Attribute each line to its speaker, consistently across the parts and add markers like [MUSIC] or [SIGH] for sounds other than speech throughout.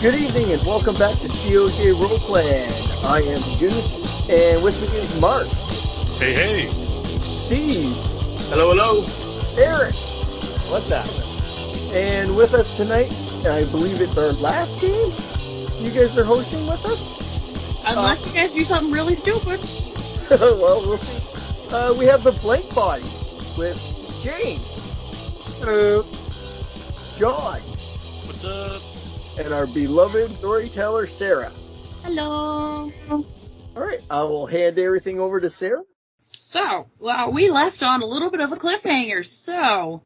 Speaker 1: Good evening and welcome back to COJ Roleplaying. I am Goose, and with me is Mark,
Speaker 2: Hey, hey.
Speaker 1: Steve,
Speaker 3: Hello, hello.
Speaker 1: Eric. What's happening? And with us tonight, I believe it's our last game. You guys are hosting with us. [LAUGHS]
Speaker 4: Unless you guys do something really stupid.
Speaker 1: well, we'll see. Uh, we have the blank body with James, uh, John,
Speaker 2: What's up?
Speaker 1: and our beloved storyteller Sarah.
Speaker 4: Hello.
Speaker 1: All right, I will hand everything over to Sarah.
Speaker 4: So, well, we left on a little bit of a cliffhanger. So,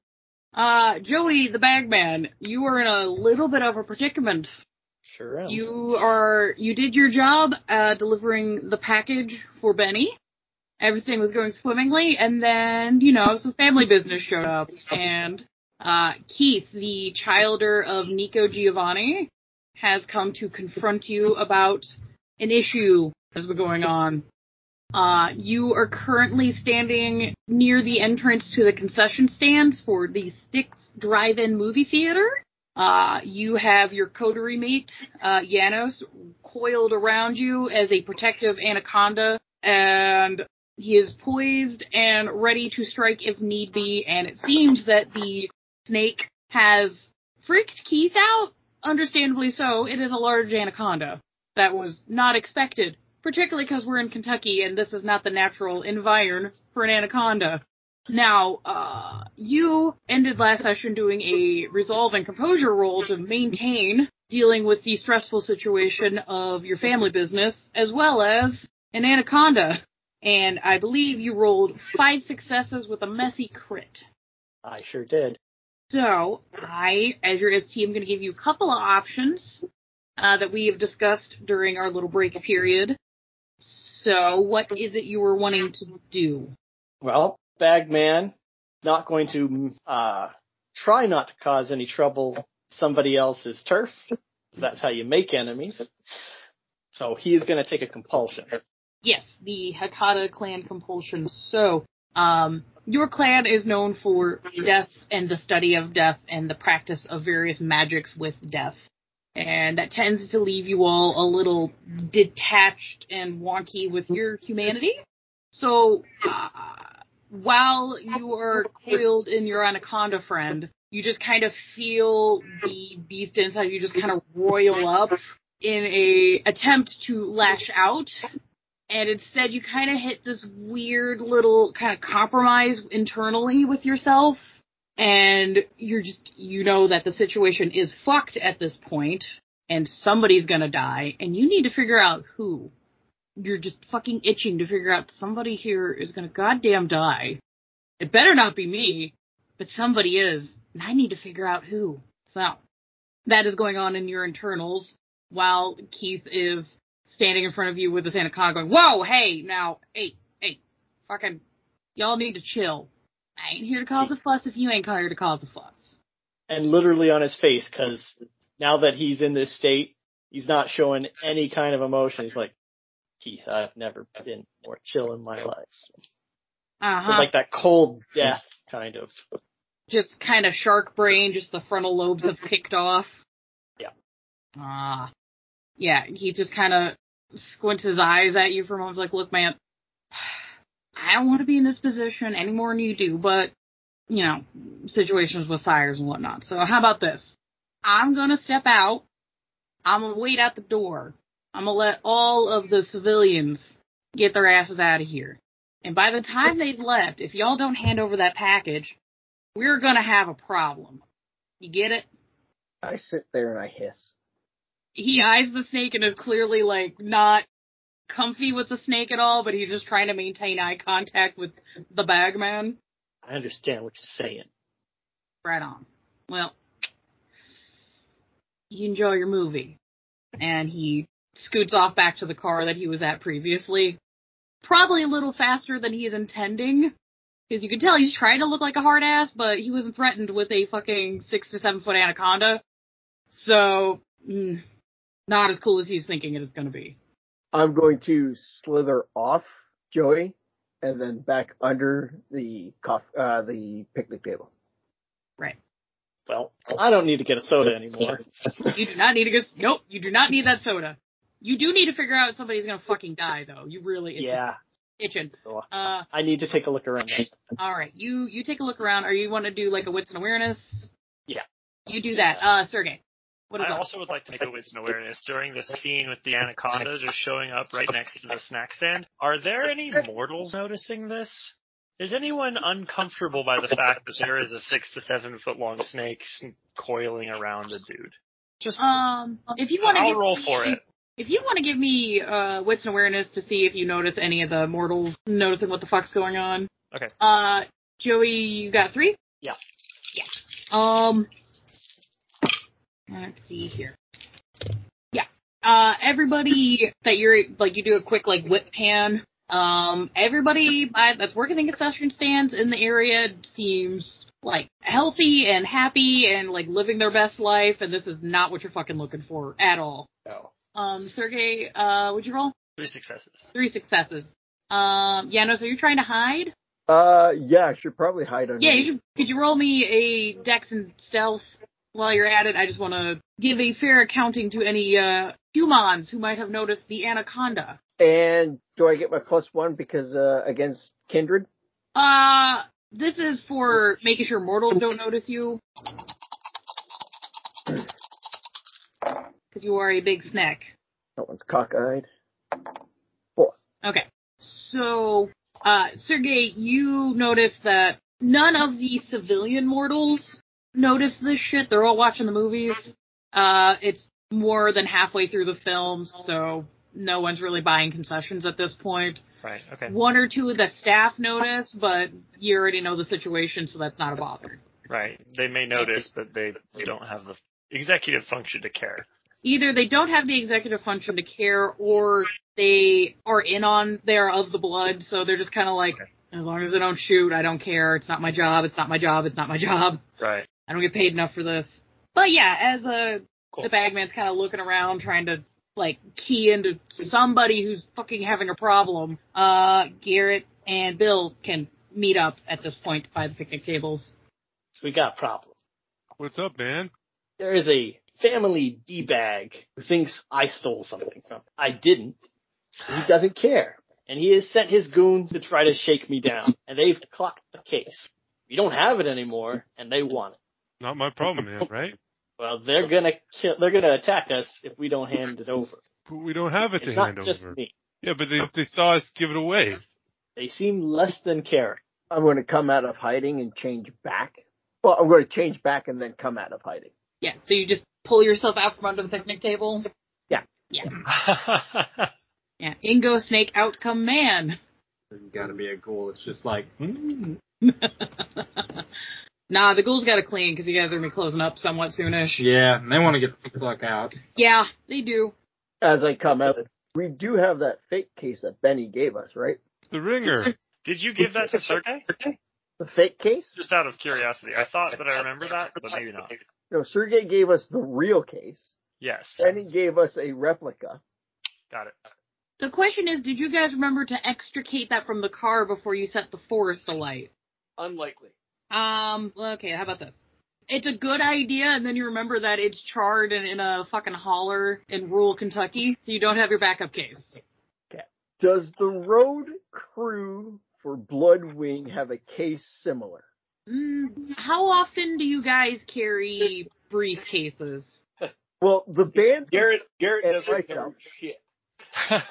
Speaker 4: uh, Joey the Bagman, you were in a little bit of a predicament.
Speaker 1: Sure am.
Speaker 4: You are, you did your job, uh, delivering the package for Benny. Everything was going swimmingly, and then, you know, some family business showed up, and, uh, Keith, the childer of Nico Giovanni, has come to confront you about an issue that's been going on. Uh, you are currently standing near the entrance to the concession stands for the Styx Drive-In Movie Theater. Uh, you have your coterie mate, uh, Janos, coiled around you as a protective anaconda, and he is poised and ready to strike if need be, and it seems that the snake has freaked Keith out. Understandably so, it is a large anaconda. That was not expected, particularly because we're in Kentucky and this is not the natural environ for an anaconda. Now, uh, you ended last session doing a resolve and composure role to maintain dealing with the stressful situation of your family business as well as an anaconda. And I believe you rolled five successes with a messy crit.
Speaker 1: I sure did.
Speaker 4: So I, as your ST, am going to give you a couple of options uh, that we have discussed during our little break period. So what is it you were wanting to do?
Speaker 3: Well, Bagman, not going to uh, try not to cause any trouble somebody else's turf. That's how you make enemies. So he is going to take a compulsion.
Speaker 4: Yes, the Hakata clan compulsion. So, um, your clan is known for death and the study of death and the practice of various magics with death. And that tends to leave you all a little detached and wonky with your humanity. So, uh, while you are coiled in your anaconda friend, you just kind of feel the beast inside you just kind of roil up in a attempt to lash out and instead you kind of hit this weird little kind of compromise internally with yourself and you're just you know that the situation is fucked at this point and somebody's going to die and you need to figure out who you're just fucking itching to figure out somebody here is going to goddamn die it better not be me but somebody is and i need to figure out who so that is going on in your internals while keith is standing in front of you with this anaconda going, Whoa, hey, now, hey, hey, fucking, y'all need to chill. I ain't here to cause a fuss if you ain't here to cause a fuss.
Speaker 3: And literally on his face, because now that he's in this state, he's not showing any kind of emotion. He's like, Keith, I've never been more chill in my life.
Speaker 4: Uh huh.
Speaker 3: Like that cold death kind of.
Speaker 4: just kind of shark brain, just the frontal lobes have kicked off.
Speaker 3: Yeah.
Speaker 4: Ah. yeah, he just kind of squints his eyes at you for a moment. Like, look, man, I don't want to be in this position any more than you do, but, you know, situations with sires and whatnot. So how about this? I'm going to step out. I'm going to wait out the door. I'm going to let all of the civilians get their asses out of here. And by the time they've left, if y'all don't hand over that package, we're gonna have a problem. You get it?
Speaker 1: I sit there and I hiss.
Speaker 4: He eyes the snake and is clearly like not comfy with the snake at all, but he's just trying to maintain eye contact with the bagman.
Speaker 3: I understand what you're saying.
Speaker 4: Right on. Well, you enjoy your movie. And he scoots off back to the car that he was at previously. Probably a little faster than he's intending. Because you can tell he's trying to look like a hard ass, but he was threatened with a fucking six to seven foot anaconda. So, mm, not as cool as he's thinking it is going to be.
Speaker 1: I'm going to slither off Joey and then back under the cof- uh, the picnic table.
Speaker 3: Well, I don't need to get a soda
Speaker 2: [LAUGHS]
Speaker 3: anymore.
Speaker 4: You do not need to go. Nope, you do not need that soda. You do need to figure out somebody's gonna fucking die though. You really it's
Speaker 3: yeah,
Speaker 4: itching.
Speaker 3: so
Speaker 4: Uh,
Speaker 3: I need to take a look around.
Speaker 4: all right. You you take a look around. Or you want to do like a wits and awareness?
Speaker 3: Yeah.
Speaker 4: You do that. Uh, Sergey. What is
Speaker 2: I
Speaker 4: that?
Speaker 2: also would like to make a wisdom awareness. During the scene with the anacondas are showing up right next to the snack stand, are there any mortals noticing this? Is anyone uncomfortable by the fact that there is a six to seven foot long snake s- coiling around a dude? Just
Speaker 4: Um, if you want to
Speaker 2: I'll roll for it.
Speaker 4: If you want to give me uh, wits and awareness to see if you notice any of the mortals noticing what the fuck's going on.
Speaker 2: Okay.
Speaker 4: Uh, Joey, you got three.
Speaker 3: Yeah.
Speaker 4: Yeah. Um. Let's see here. Yeah. Uh, everybody that you're like, you do a quick like whip pan. Um, everybody by, that's working in concession stands in the area seems like healthy and happy and like living their best life, and this is not what you're fucking looking for at all.
Speaker 3: No.
Speaker 4: Um, Sergey, uh, would you roll
Speaker 2: Three successes.
Speaker 4: three successes? Um, yeah, no. So you're trying to hide?
Speaker 1: Uh, yeah, I should probably hide under.
Speaker 4: Yeah, you should, could you roll me a dex and stealth while you're at it? I just want to give a fair accounting to any uh, humans who might have noticed the anaconda.
Speaker 1: And do I get my plus one because uh, against kindred?
Speaker 4: Uh, this is for making sure mortals don't notice you. Because you are a big snack.
Speaker 1: That one's cockeyed.
Speaker 4: Okay. So, uh, Sergey, you notice that none of the civilian mortals notice this shit. They're all watching the movies. Uh, it's more than halfway through the film, so no one's really buying concessions at this point.
Speaker 2: Right, okay.
Speaker 4: One or two of the staff notice, but you already know the situation, so that's not a bother.
Speaker 2: Right. They may notice, but they don't have the executive function to care.
Speaker 4: Either they don't have the executive function to care, or they are in on, they are of the blood, so they're just kind of like, As long as they don't shoot, I don't care. It's not my job. It's not my job. It's not my job.
Speaker 2: Right. [LAUGHS]
Speaker 4: I don't get paid enough for this. But yeah, as a
Speaker 2: Cool.
Speaker 4: the bagman's kind of looking around trying to like key into somebody who's fucking having a problem. Uh, Garrett and Bill can meet up at this point by the picnic tables.
Speaker 3: We got a problem.
Speaker 5: What's up, man?
Speaker 3: There is a family d bag who thinks I stole something from. him. I didn't. He doesn't care, and he has sent his goons to try to shake me down, and they've clocked the case. We don't have it anymore, and they want it.
Speaker 5: Not my problem, man. Right?
Speaker 3: Well, they're gonna kill. They're gonna attack us if we don't hand it over.
Speaker 5: But we don't have it to
Speaker 3: It's not
Speaker 5: hand
Speaker 3: just
Speaker 5: over.
Speaker 3: me.
Speaker 5: Yeah, but they they saw us give it away.
Speaker 3: They seem less than caring.
Speaker 1: I'm going to come out of hiding and change back. Well, I'm going to change back and then come out of hiding.
Speaker 4: Yeah, so you just pull yourself out from under the picnic table. Yeah, Ingo Snake Outcome Man.
Speaker 6: There's got to be a goal. It's just like, hmm.
Speaker 4: [LAUGHS] nah, the ghouls gotta clean because you guys are gonna be closing up somewhat soonish.
Speaker 6: yeah, and they want to get the fuck out.
Speaker 4: Yeah, they do.
Speaker 1: As I come out, we do have that fake case that Benny gave us, right?
Speaker 5: The ringer.
Speaker 2: Did you give that to Sergey?
Speaker 1: The fake case?
Speaker 2: Just out of curiosity. I thought that I remember that, but maybe not.
Speaker 1: No, Sergey gave us the real case.
Speaker 2: Yes.
Speaker 1: Benny gave us a replica.
Speaker 2: Got it.
Speaker 4: The question is, did you guys remember to extricate that from the car before you set the forest alight?
Speaker 3: Unlikely.
Speaker 4: Um, well, okay, how about this? It's a good idea, and then you remember that it's charred and in a fucking holler in rural Kentucky, so you don't have your backup case.
Speaker 1: Does the road crew for Bloodwing have a case similar?
Speaker 4: Mm, how often do you guys carry briefcases?
Speaker 1: Well, the band,
Speaker 2: Garrett, Garrett
Speaker 1: And doesn't myself. know
Speaker 2: shit. [LAUGHS]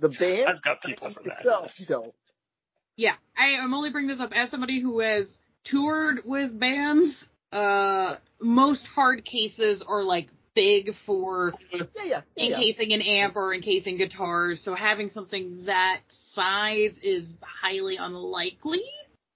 Speaker 1: the band
Speaker 2: I've got people for that.
Speaker 1: itself don't.
Speaker 4: Yeah, I am only bringing this up as somebody who has toured with bands. Uh, most hard cases are like big for
Speaker 1: Yeah, yeah, yeah, yeah.
Speaker 4: encasing an amp or encasing guitars, so having something that size is highly unlikely.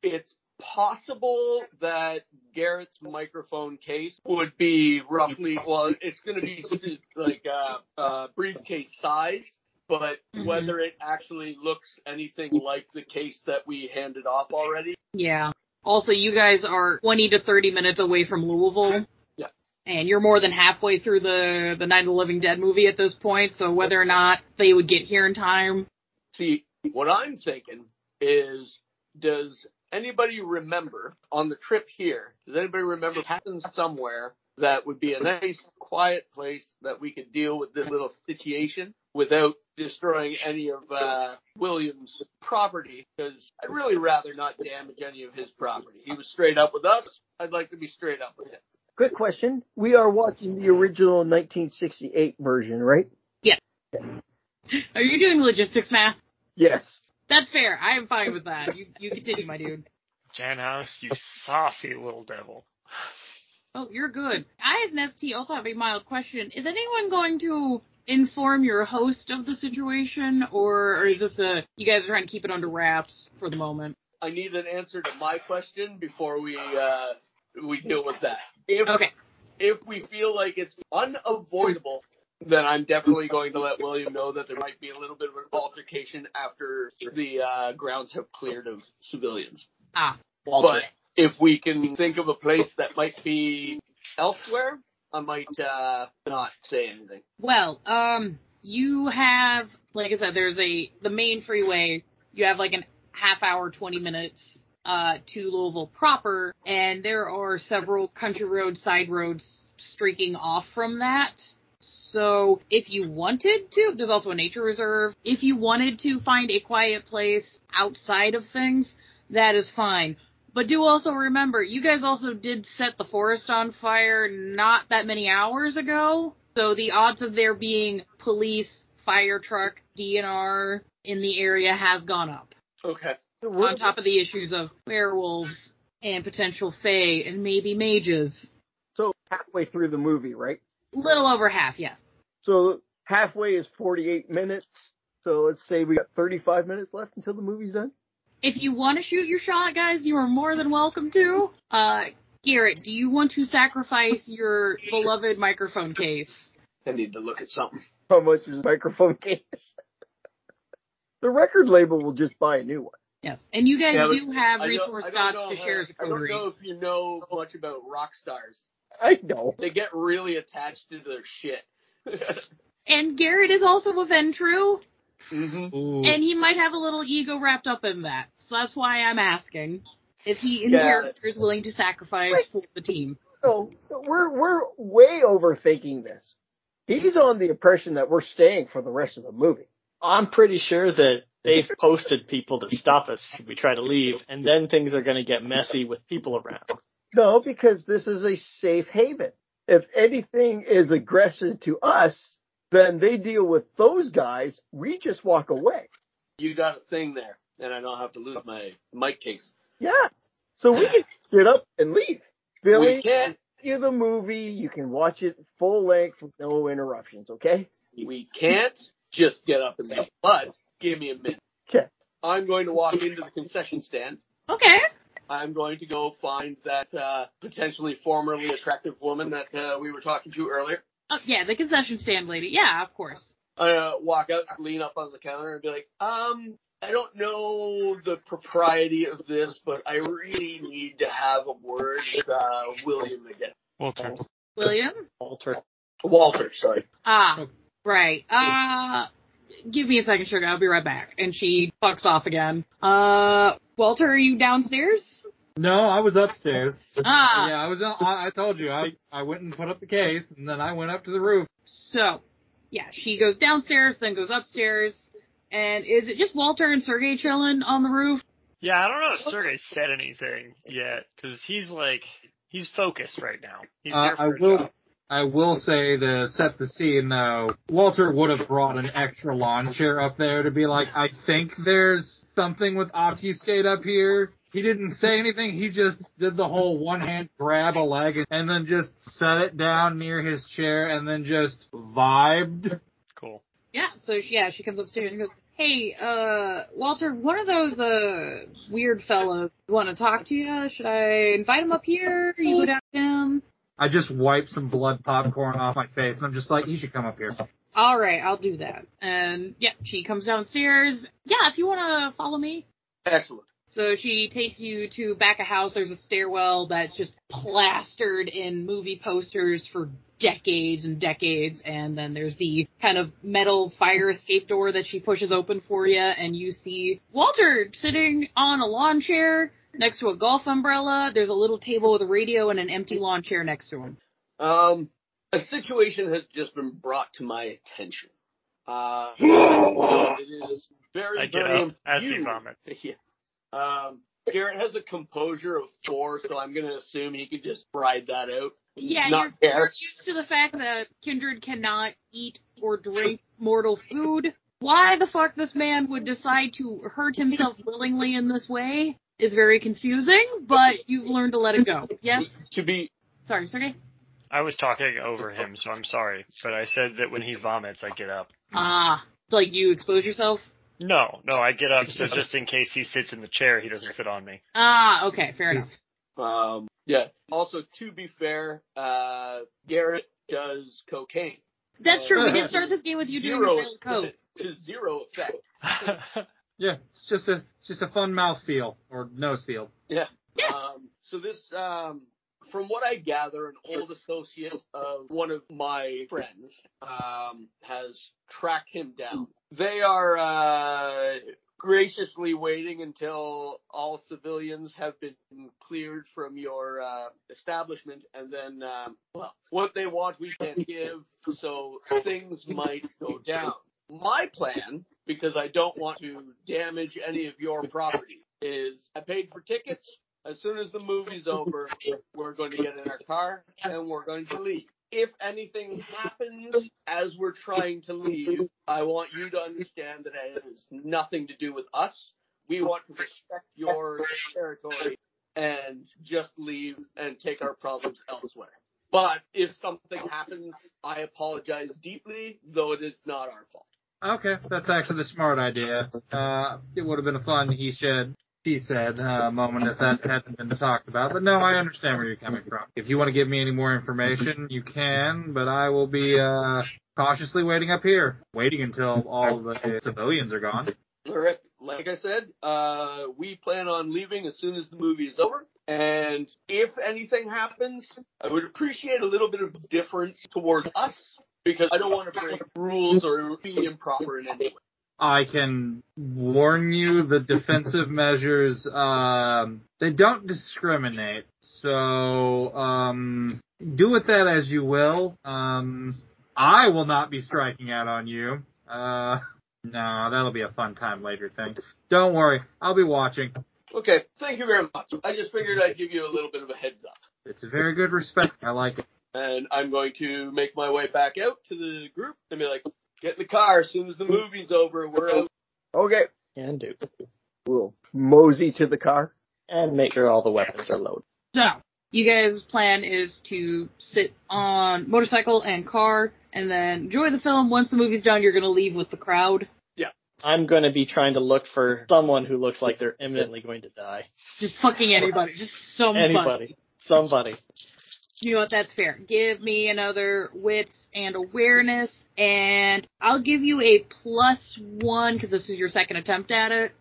Speaker 7: it's possible that Garrett's microphone case would be roughly well, it's going to be s- like uh, uh, briefcase size, but
Speaker 4: Mhm.
Speaker 7: whether it actually looks anything like the case that we handed off already,
Speaker 4: Yeah. Also, you guys are 20 to 30 minutes away from Louisville.
Speaker 7: Yeah.
Speaker 4: And you're more than halfway through the the Night of the Living Dead movie at this point, so whether or not they would get here in time.
Speaker 7: See, what I'm thinking is does anybody remember on the trip here? Does anybody remember passing somewhere that would be a nice, quiet place that we could deal with this little situation without destroying any of uh, Williams' property? Because I'd really rather not damage any of his property. He was straight up with us. I'd like to be straight up with him.
Speaker 1: Quick question. We are watching the original 1968 version, right?
Speaker 4: [LAUGHS] Are you doing logistics math?
Speaker 1: Yes.
Speaker 4: That's fair. I am fine with that. You you continue, my dude.
Speaker 2: Jan House, you saucy little devil.
Speaker 4: Oh, you're good. I, as an ST, also have a mild question. Is anyone going to inform your host of the situation, or, or is this a you guys are trying to keep it under wraps for the moment?
Speaker 7: I need an answer to my question before we uh, we deal with that. If
Speaker 4: Okay.
Speaker 7: if we feel like it's unavoidable, then I'm definitely going to let William know that there might be a little bit of an altercation after the uh, grounds have cleared of civilians.
Speaker 4: Ah.
Speaker 7: But if we can think of a place that might be elsewhere, I might uh, not say anything.
Speaker 4: Well, um, you have, like I said, there's a the main freeway. You have like an half hour, twenty minutes uh, to Louisville proper, and there are several country roads, side roads streaking off from that. So, if you wanted to, there's also a nature reserve. If you wanted to find a quiet place outside of things, that is fine. But do also remember, you guys also did set the forest on fire not that many hours ago. So the odds of there being police, fire truck, DNR in the area has gone up.
Speaker 7: Okay.
Speaker 4: On top of the issues of werewolves and potential fae and maybe mages.
Speaker 1: So halfway through the movie, right?
Speaker 4: Little over half, yes.
Speaker 1: So halfway is 48 minutes. So let's say we got 35 minutes left until the movie's done.
Speaker 4: If you want to shoot your shot, guys, you are more than welcome to. Uh, Garrett, do you want to sacrifice your beloved microphone case?
Speaker 7: I need to look at something.
Speaker 1: How much is the microphone [LAUGHS] case? the record label will just buy a new one.
Speaker 4: Yes. And you guys
Speaker 7: Yeah, but
Speaker 4: do have
Speaker 7: I don't-
Speaker 4: resource
Speaker 7: I don't
Speaker 4: dots
Speaker 7: know
Speaker 4: to
Speaker 7: how-
Speaker 4: share as
Speaker 7: I don't
Speaker 4: coterie.
Speaker 7: know if you know much about rock stars.
Speaker 1: I know.
Speaker 7: They get really attached to their shit. [LAUGHS]
Speaker 4: And Garrett is also a Ventru,
Speaker 7: hmm
Speaker 6: Ooh.
Speaker 4: and he might have a little ego wrapped up in that. So that's why I'm asking if he in
Speaker 7: Got it.
Speaker 4: character is willing to sacrifice for the team.
Speaker 1: So we're we're way overthinking this. He's on the impression that we're staying for the rest of the movie.
Speaker 3: I'm pretty sure that
Speaker 4: [LAUGHS]
Speaker 3: they've posted people to stop us if we try to leave, and then things are going to get messy with people around.
Speaker 1: No, because this is a safe haven. If anything is aggressive to us, then they deal with those guys. We just walk away.
Speaker 7: You got a thing there, and I don't have to lose my mic case.
Speaker 1: Yeah. So we
Speaker 7: [SIGHS]
Speaker 1: can get up and leave. Billy,
Speaker 7: We can't.
Speaker 1: you the movie. You can watch it full length with no interruptions. Okay.
Speaker 7: We can't just get up and leave. But give me a minute.
Speaker 1: Okay.
Speaker 7: I'm going to walk into the concession stand.
Speaker 4: Okay.
Speaker 7: I'm going to go find that uh, potentially formerly attractive woman that uh, we were talking to earlier.
Speaker 4: Oh, yeah, the concession stand lady. Yeah, of course.
Speaker 7: I uh, walk out, lean up on the counter, and be like, um, I don't know the propriety of this, but I really need to have a word with uh, William again.
Speaker 5: Walter.
Speaker 4: William?
Speaker 3: Alter.
Speaker 7: Walter, sorry.
Speaker 4: Ah, right. Uh, give me a second, sugar. I'll be right back. And she fucks off again. Uh, Walter, are you downstairs?
Speaker 6: No, I was upstairs.
Speaker 4: Ah.
Speaker 6: Yeah, I was. on- I, I told you, I I went and put up the case, and then I went up to the roof.
Speaker 4: So, yeah, she goes downstairs, then goes upstairs. And is it just Walter and Sergey chilling on the roof?
Speaker 2: Yeah, I don't know if Sergey said anything yet because he's like he's focused right now. He's
Speaker 6: Uh,
Speaker 2: here for
Speaker 6: I
Speaker 2: a
Speaker 6: will.
Speaker 2: job.
Speaker 6: I will say to set the scene though, Walter would have brought an extra lawn chair up there to be like, I think there's something with obfuscate up here. He didn't say anything. He just did the whole one hand grab a leg and then just set it down near his chair and then just vibed.
Speaker 2: Cool.
Speaker 4: Yeah, so she, yeah, she comes upstairs and goes, "Hey, uh, Walter, one of those uh weird fellows want to talk to you. Should I invite him up here? You go down to him.
Speaker 6: I just wiped some blood popcorn off my face and I'm just like, he should come up here.
Speaker 4: All right, I'll do that." And yeah, she comes downstairs. Yeah, if you want to follow me.
Speaker 7: Excellent.
Speaker 4: So she takes you to back a house. There's a stairwell that's just plastered in movie posters for decades and decades. And then there's the kind of metal fire escape door that she pushes open for you, and you see Walter sitting on a lawn chair next to a golf umbrella. There's a little table with a radio and an empty lawn chair next to him.
Speaker 7: Um, a situation has just been brought to my attention. Uh, it is very,
Speaker 2: I get
Speaker 7: very
Speaker 2: up as he
Speaker 7: infuriating.
Speaker 2: vomits.
Speaker 7: [LAUGHS] Yeah. Um, Garrett has a composure of four, so I'm going to assume he could just ride that out.
Speaker 4: Yeah,
Speaker 7: Not
Speaker 4: you're,
Speaker 7: care.
Speaker 4: you're used to the fact that Kindred cannot eat or drink mortal food. Why the fuck this man would decide to hurt himself willingly in this way is very confusing, but you've learned to let it go. Yes?
Speaker 7: To be
Speaker 4: Sorry, Sergey?
Speaker 2: I was talking over him, so I'm sorry, but I said that when he vomits, I get up.
Speaker 4: Ah, it's like you expose yourself?
Speaker 2: No, no, I get up
Speaker 6: [LAUGHS]
Speaker 2: so just in case he sits in the chair, he doesn't sit on me.
Speaker 4: Ah, okay, fair enough.
Speaker 7: Um, yeah. Also, to be fair, uh, Garrett does cocaine.
Speaker 4: That's true. We did start this game with you doing
Speaker 7: Zero,
Speaker 4: the code.
Speaker 7: to [LAUGHS] zero effect.
Speaker 6: Yeah, it's just a it's just a fun mouth feel or nose feel.
Speaker 4: Yeah.
Speaker 7: Um, so this, um, from what I gather, an old associate of one of my friends um, has tracked him down. They are uh, graciously waiting until all civilians have been cleared from your uh, establishment, and then, um, well, what they want we can't give, so things might go down. My plan, because I don't want to damage any of your property, is I paid for tickets. As soon as the movie's over, we're going to get in our car and we're going to leave. If anything happens as we're trying to leave, I want you to understand that it has nothing to do with us. We want to respect your territory and just leave and take our problems elsewhere. But if something happens, I apologize deeply, though it is not our fault.
Speaker 6: Okay, that's actually the smart idea. Uh, it would have been a fun he said, she said uh, moment if that hasn't been talked about. But no, I understand where you're coming from. If you want to give me any more information, you can, but I will be uh, cautiously waiting up here, waiting until all the civilians are gone.
Speaker 7: All right. Like I said, uh, we plan on leaving as soon as the movie is over. And if anything happens, I would appreciate a little bit of difference towards us because I don't want to break rules or be improper in any way.
Speaker 6: I can warn you the defensive measures um they don't discriminate. So um do with that as you will. Um I will not be striking out on you. Uh no, that'll be a fun time later thing. Don't worry, I'll be watching.
Speaker 7: Okay. Thank you very much. I just figured I'd give you a little bit of a heads up.
Speaker 6: It's a very good respect. I like it.
Speaker 7: And I'm going to make my way back out to the group and be like, get in the car as soon as the movie's over. We're out.
Speaker 1: Okay,
Speaker 3: Can do.
Speaker 1: we'll mosey to the car.
Speaker 3: And make sure all the weapons are loaded.
Speaker 4: So, you guys' plan is to sit on motorcycle and car and then enjoy the film. Once the movie's done, you're going to leave with the crowd.
Speaker 3: I'm going to be trying to look for someone who looks like they're imminently going to die.
Speaker 4: Just fucking anybody. Just somebody.
Speaker 3: Anybody. Somebody.
Speaker 4: You know what? That's fair. Give me another wits and awareness, and I'll give you a plus one because this is your second attempt at it.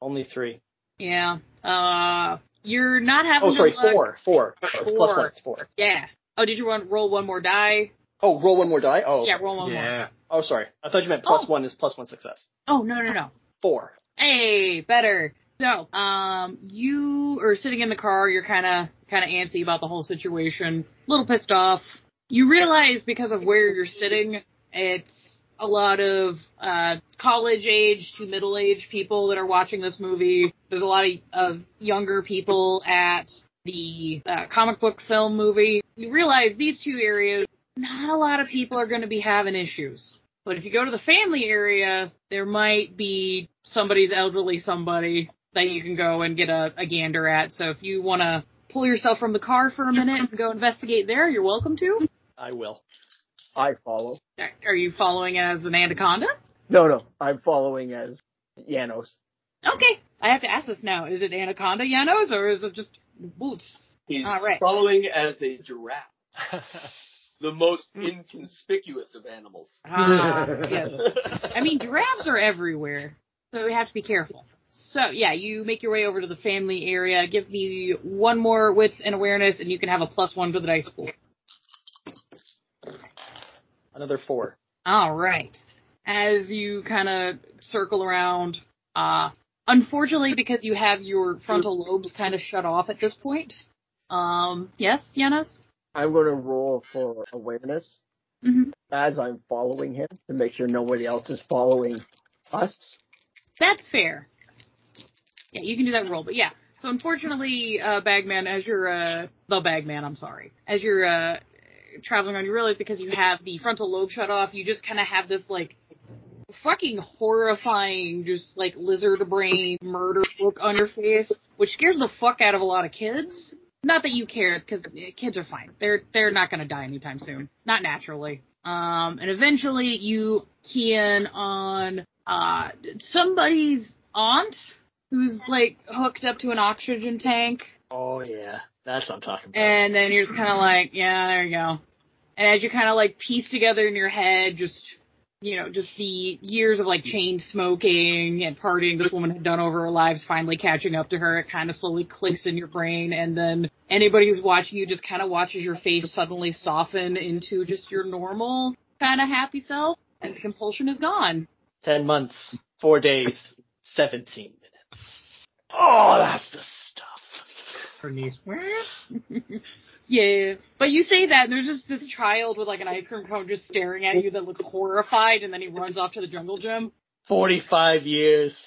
Speaker 3: Only three.
Speaker 4: Yeah. Uh, you're not having.
Speaker 3: Oh, sorry,
Speaker 4: good luck.
Speaker 3: four. Four.
Speaker 4: Four.
Speaker 3: Plus one is four.
Speaker 4: Yeah. Oh, did you want roll one more die?
Speaker 3: Oh, roll one more die? Oh,
Speaker 4: Yeah, roll one more.
Speaker 6: Yeah.
Speaker 3: oh sorry. I thought you meant plus
Speaker 4: Oh.
Speaker 3: one is plus one success.
Speaker 4: Oh no no no.
Speaker 3: Four.
Speaker 4: Hey, better. So, um, you are sitting in the car. You're kind of kind of antsy about the whole situation. A little pissed off. You realize because of where you're sitting, it's a lot of uh, college age to middle age people that are watching this movie. There's a lot of, of younger people at the uh, comic book film movie. You realize these two areas, not a lot of people are going to be having issues. But if you go to the family area, there might be somebody's elderly somebody that you can go and get a, a gander at. So if you want to pull yourself from the car for a minute and go investigate there, you're welcome to.
Speaker 3: I will.
Speaker 1: I follow.
Speaker 4: Are- Are you following as an anaconda?
Speaker 1: No, no, I'm following as Janos.
Speaker 4: Okay. I have to ask this now. Is it anaconda Yanos or is it just boots?
Speaker 7: He's
Speaker 4: All right.
Speaker 7: following as a
Speaker 4: [LAUGHS]
Speaker 7: giraffe, the most
Speaker 4: Hmm.
Speaker 7: inconspicuous of animals.
Speaker 4: Ah, yes. I mean, giraffes are everywhere, so we have to be careful. So yeah, you make your way over to the family area. Give me one more wits and awareness, and you can have a plus one to the dice pool.
Speaker 3: Another four.
Speaker 4: All right. As you kind of circle around, uh, unfortunately, because you have your frontal lobes kind of shut off at this point. Um, yes, Yanis?
Speaker 1: I'm going to roll for awareness
Speaker 4: Mhm.
Speaker 1: as I'm following him to make sure nobody else is following us.
Speaker 4: That's fair. Yeah, you can do that roll, but yeah. So unfortunately, uh, Bagman, as you're uh, the Bagman, I'm sorry, as you're uh, traveling on, you realize because you have the frontal lobe shut off, you just kind of have this like fucking horrifying, just like lizard brain murder look on your face, which scares the fuck out of a lot of kids. Not that you care, because kids are fine. They're they're not gonna die anytime soon. Not naturally. Um, and eventually you key in on uh somebody's aunt who's like hooked up to an oxygen tank,
Speaker 3: Oh yeah, that's what I'm talking about.
Speaker 4: and then you're just kind of like, yeah, there you go. And as you kind of like piece together in your head, just you know, just the years of like chain smoking and partying this woman had done over her lives finally catching up to her. It kind of slowly clicks in your brain, and then anybody who's watching you just kind of watches your face suddenly soften into just your normal kind of happy self, and the compulsion is gone.
Speaker 3: Ten months, four days, seventeen minutes. Oh, that's the stuff.
Speaker 6: Her niece.
Speaker 4: Yeah, but you say that and there's just this child with like an ice cream cone just staring at you that looks horrified, and then he runs off to the jungle gym.
Speaker 3: 45 years,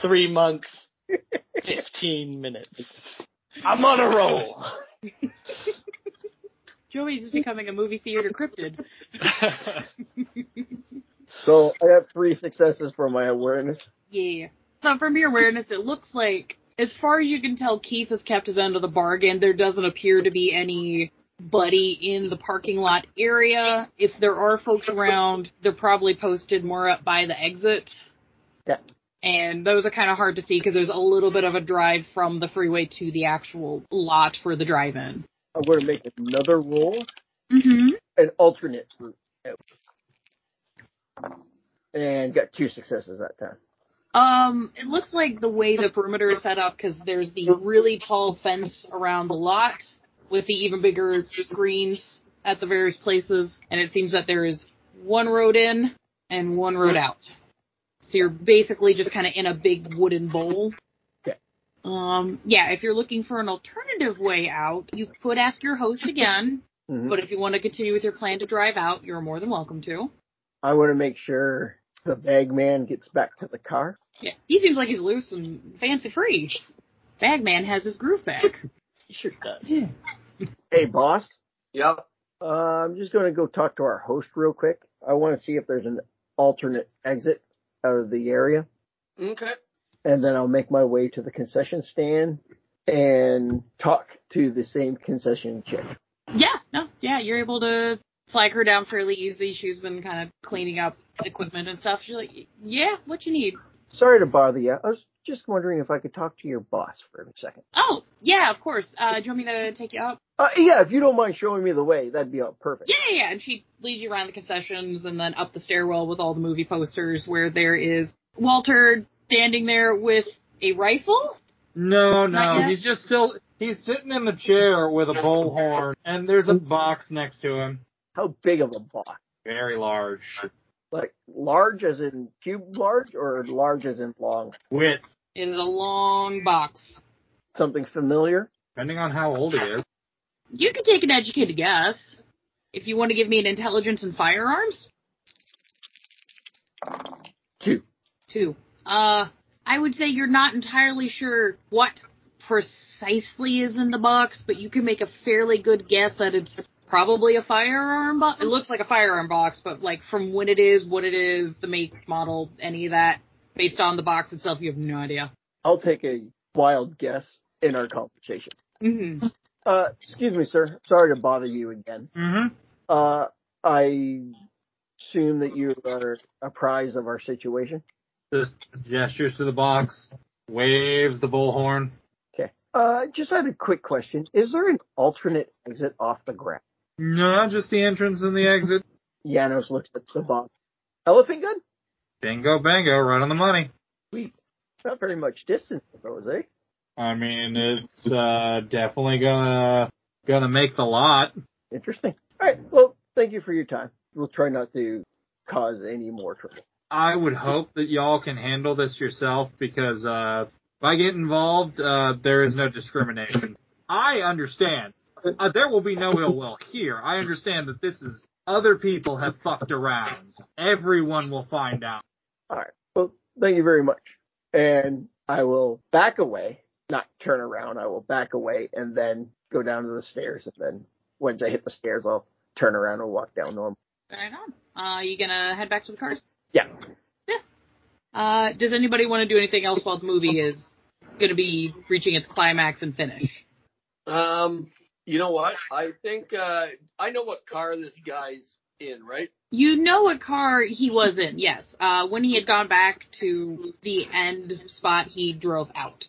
Speaker 3: three months, 15 minutes. I'm on a roll.
Speaker 4: Joey's just becoming a movie theater cryptid.
Speaker 1: So I have three successes for my awareness.
Speaker 4: Yeah. So from your awareness, it looks like, as far as you can tell, Keith has kept his end of the bargain. There doesn't appear to be anybody in the parking lot area. If there are folks around, they're probably posted more up by the exit.
Speaker 1: Yeah.
Speaker 4: And those are kind of hard to see because there's a little bit of a drive from the freeway to the actual lot for the drive-in.
Speaker 1: I'm going to make another roll,
Speaker 4: Mm-hmm.
Speaker 1: an alternate route. And got two successes that time.
Speaker 4: Um, it looks like the way the perimeter is set up because there's the really tall fence around the lot with the even bigger screens at the various places, and it seems that there is one road in and one road out. So you're basically just kind of in a big wooden bowl.
Speaker 1: Okay.
Speaker 4: Um, yeah, if you're looking for an alternative way out, you could ask your host again,
Speaker 1: Mhm.
Speaker 4: but if you want to continue with your plan to drive out, you're more than welcome to.
Speaker 1: I want to make sure the bag man gets back to the car.
Speaker 4: Yeah, he seems like he's loose and fancy free. Bagman has his groove back.
Speaker 3: He sure does.
Speaker 1: Hey, boss.
Speaker 7: Yep.
Speaker 1: Uh, I'm just going to go talk to our host real quick. I want to see if there's an alternate exit out of the area,
Speaker 7: Okay.
Speaker 1: and then I'll make my way to the concession stand and talk to the same concession chick.
Speaker 4: Yeah, no, yeah, you're able to flag her down fairly easy. She's been kind of cleaning up equipment and stuff. She's like, yeah, what you need?
Speaker 1: Sorry to bother you. I was just wondering if I could talk to your boss for a second.
Speaker 4: Oh, yeah, of course. Uh, do you want me to take you up?
Speaker 1: Uh, yeah, if you don't mind showing me the way, that'd be uh, perfect.
Speaker 4: Yeah, yeah, yeah. And she leads you around the concessions and then up the stairwell with all the movie posters where there is Walter standing there with a rifle.
Speaker 6: No,
Speaker 4: Not
Speaker 6: no,
Speaker 4: yet?
Speaker 6: he's just still. He's sitting in the chair with a bullhorn, and there's a box next to him.
Speaker 1: How big of a box?
Speaker 6: Very large.
Speaker 1: Like large as in cube large or large as in long?
Speaker 6: Width,
Speaker 4: It is a long box.
Speaker 1: Something familiar?
Speaker 6: depending on how old he is.
Speaker 4: You can take an educated guess if you want to give me an intelligence and firearms.
Speaker 1: Two.
Speaker 4: Two. Uh, I would say you're not entirely sure what precisely is in the box, but you can make a fairly good guess that it's probably a firearm box. It looks like a firearm box, but like from when it is, what it is, the make, model, any of that, based on the box itself, you have no idea.
Speaker 1: I'll take a wild guess in our conversation.
Speaker 4: Mm-hmm.
Speaker 1: Uh, excuse me, sir. Sorry to bother you again.
Speaker 6: Mm-hmm.
Speaker 1: Uh, I assume that you are apprised of our situation.
Speaker 6: Just gestures to the box, waves the bullhorn.
Speaker 1: Okay. Uh, just had a quick question. Is there an alternate exit off the ground?
Speaker 6: No, just the entrance and the exit.
Speaker 1: Janos looks at the box. Elephant gun?
Speaker 6: Bingo, bango, right on the money.
Speaker 1: Not very much distance, was eh?
Speaker 6: I mean, it's uh, definitely gonna gonna make the lot.
Speaker 1: Interesting. All right. Well, thank you for your time. we'll try not to cause any more trouble.
Speaker 6: I would hope that y'all can handle this yourself because uh, if I get involved, uh, there is no discrimination. I understand. Uh, there will be no ill will here. I understand that this is other people have fucked around. Everyone will find out.
Speaker 1: Well, thank you very much. And I will back away, not turn around. I will back away and then go down to the stairs. And then once I hit the stairs, I'll turn around and walk down normal.
Speaker 4: Right on. Uh, you gonna head back to the cars?
Speaker 1: Yeah.
Speaker 4: Yeah. Uh, does anybody want to do anything else while the movie is gonna be reaching its climax and finish?
Speaker 7: Um, you know what? I think uh, I know what car this guy's in, right?
Speaker 4: You know what car he was in, yes. Uh, when he had gone back to the end spot, he drove out.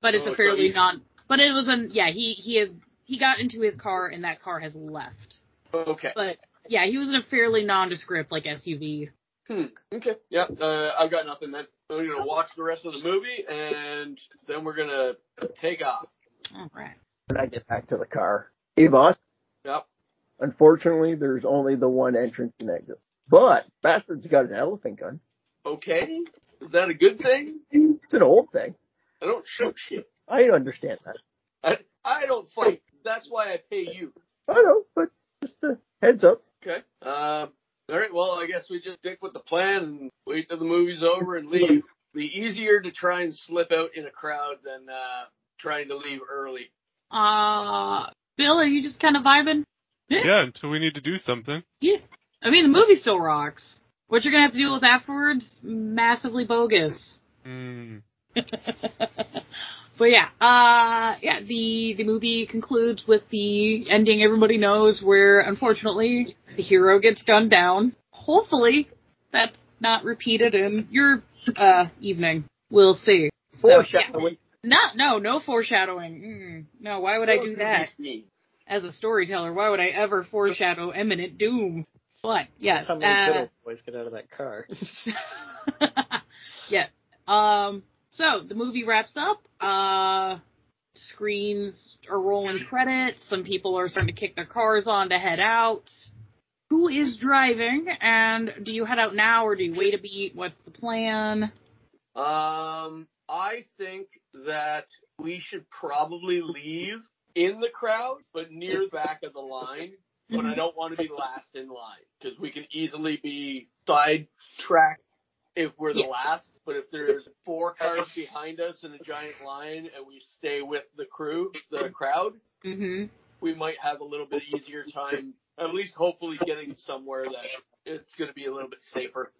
Speaker 4: But it's
Speaker 7: Oh,
Speaker 4: a
Speaker 7: so
Speaker 4: fairly
Speaker 7: he-
Speaker 4: non. But it was an yeah. He he is he got into his car and that car has left.
Speaker 7: Okay.
Speaker 4: But yeah, he was in a fairly nondescript like SUV.
Speaker 7: Okay. Yeah. Uh, I've got nothing then. So we're gonna watch the rest of the movie, and then we're gonna take off.
Speaker 4: All right.
Speaker 1: When I get back to the car, hey boss.
Speaker 7: Yep.
Speaker 1: Unfortunately, there's only the one entrance and exit. But bastard's got an elephant gun.
Speaker 7: Okay. Is that a good thing?
Speaker 1: It's an old thing.
Speaker 7: I don't shoot shit.
Speaker 1: I understand that.
Speaker 7: I I don't fight. That's why I pay you.
Speaker 1: I know, but just a heads up.
Speaker 7: Okay. Um. All right. Well, I guess we just stick with the plan and wait till the movie's over and leave. Be easier to try and slip out in a crowd than uh, trying to leave early.
Speaker 4: Uh, Bill, are you just kind of vibing?
Speaker 5: Yeah, until we need to do something.
Speaker 4: Yeah. I mean, the movie still rocks. What you're gonna have to deal with afterwards, massively bogus.
Speaker 6: Hmm.
Speaker 5: Mm.
Speaker 4: But yeah, uh, yeah, the, the movie concludes with the ending everybody knows where, unfortunately, the hero gets gunned down. Hopefully, that's not repeated in your, uh, evening. We'll see.
Speaker 1: Foreshadowing.
Speaker 4: Not, no, no foreshadowing. Mm-mm. No, why would I do that? As a storyteller, why would I ever foreshadow imminent doom? But, yes.
Speaker 3: How many
Speaker 4: uh,
Speaker 3: good old boys get out of that car? [LAUGHS]
Speaker 4: [LAUGHS] yes. Um. So the movie wraps up. Uh, screens are rolling credits. Some people are starting to kick their cars on to head out. Who is driving? And do you head out now or do you wait a beat? What's the plan?
Speaker 7: Um, I think that we should probably leave in the crowd, but near the back of the line. But I don't want to be last in line because we can easily be sidetracked if we're the
Speaker 4: Yeah.
Speaker 7: last. But if there's four cars behind us in a giant line and we stay with the crew, the crowd,
Speaker 4: Mm-hmm.
Speaker 7: we might have a little bit easier time. At least, hopefully, getting somewhere that it's going to be a little bit safer.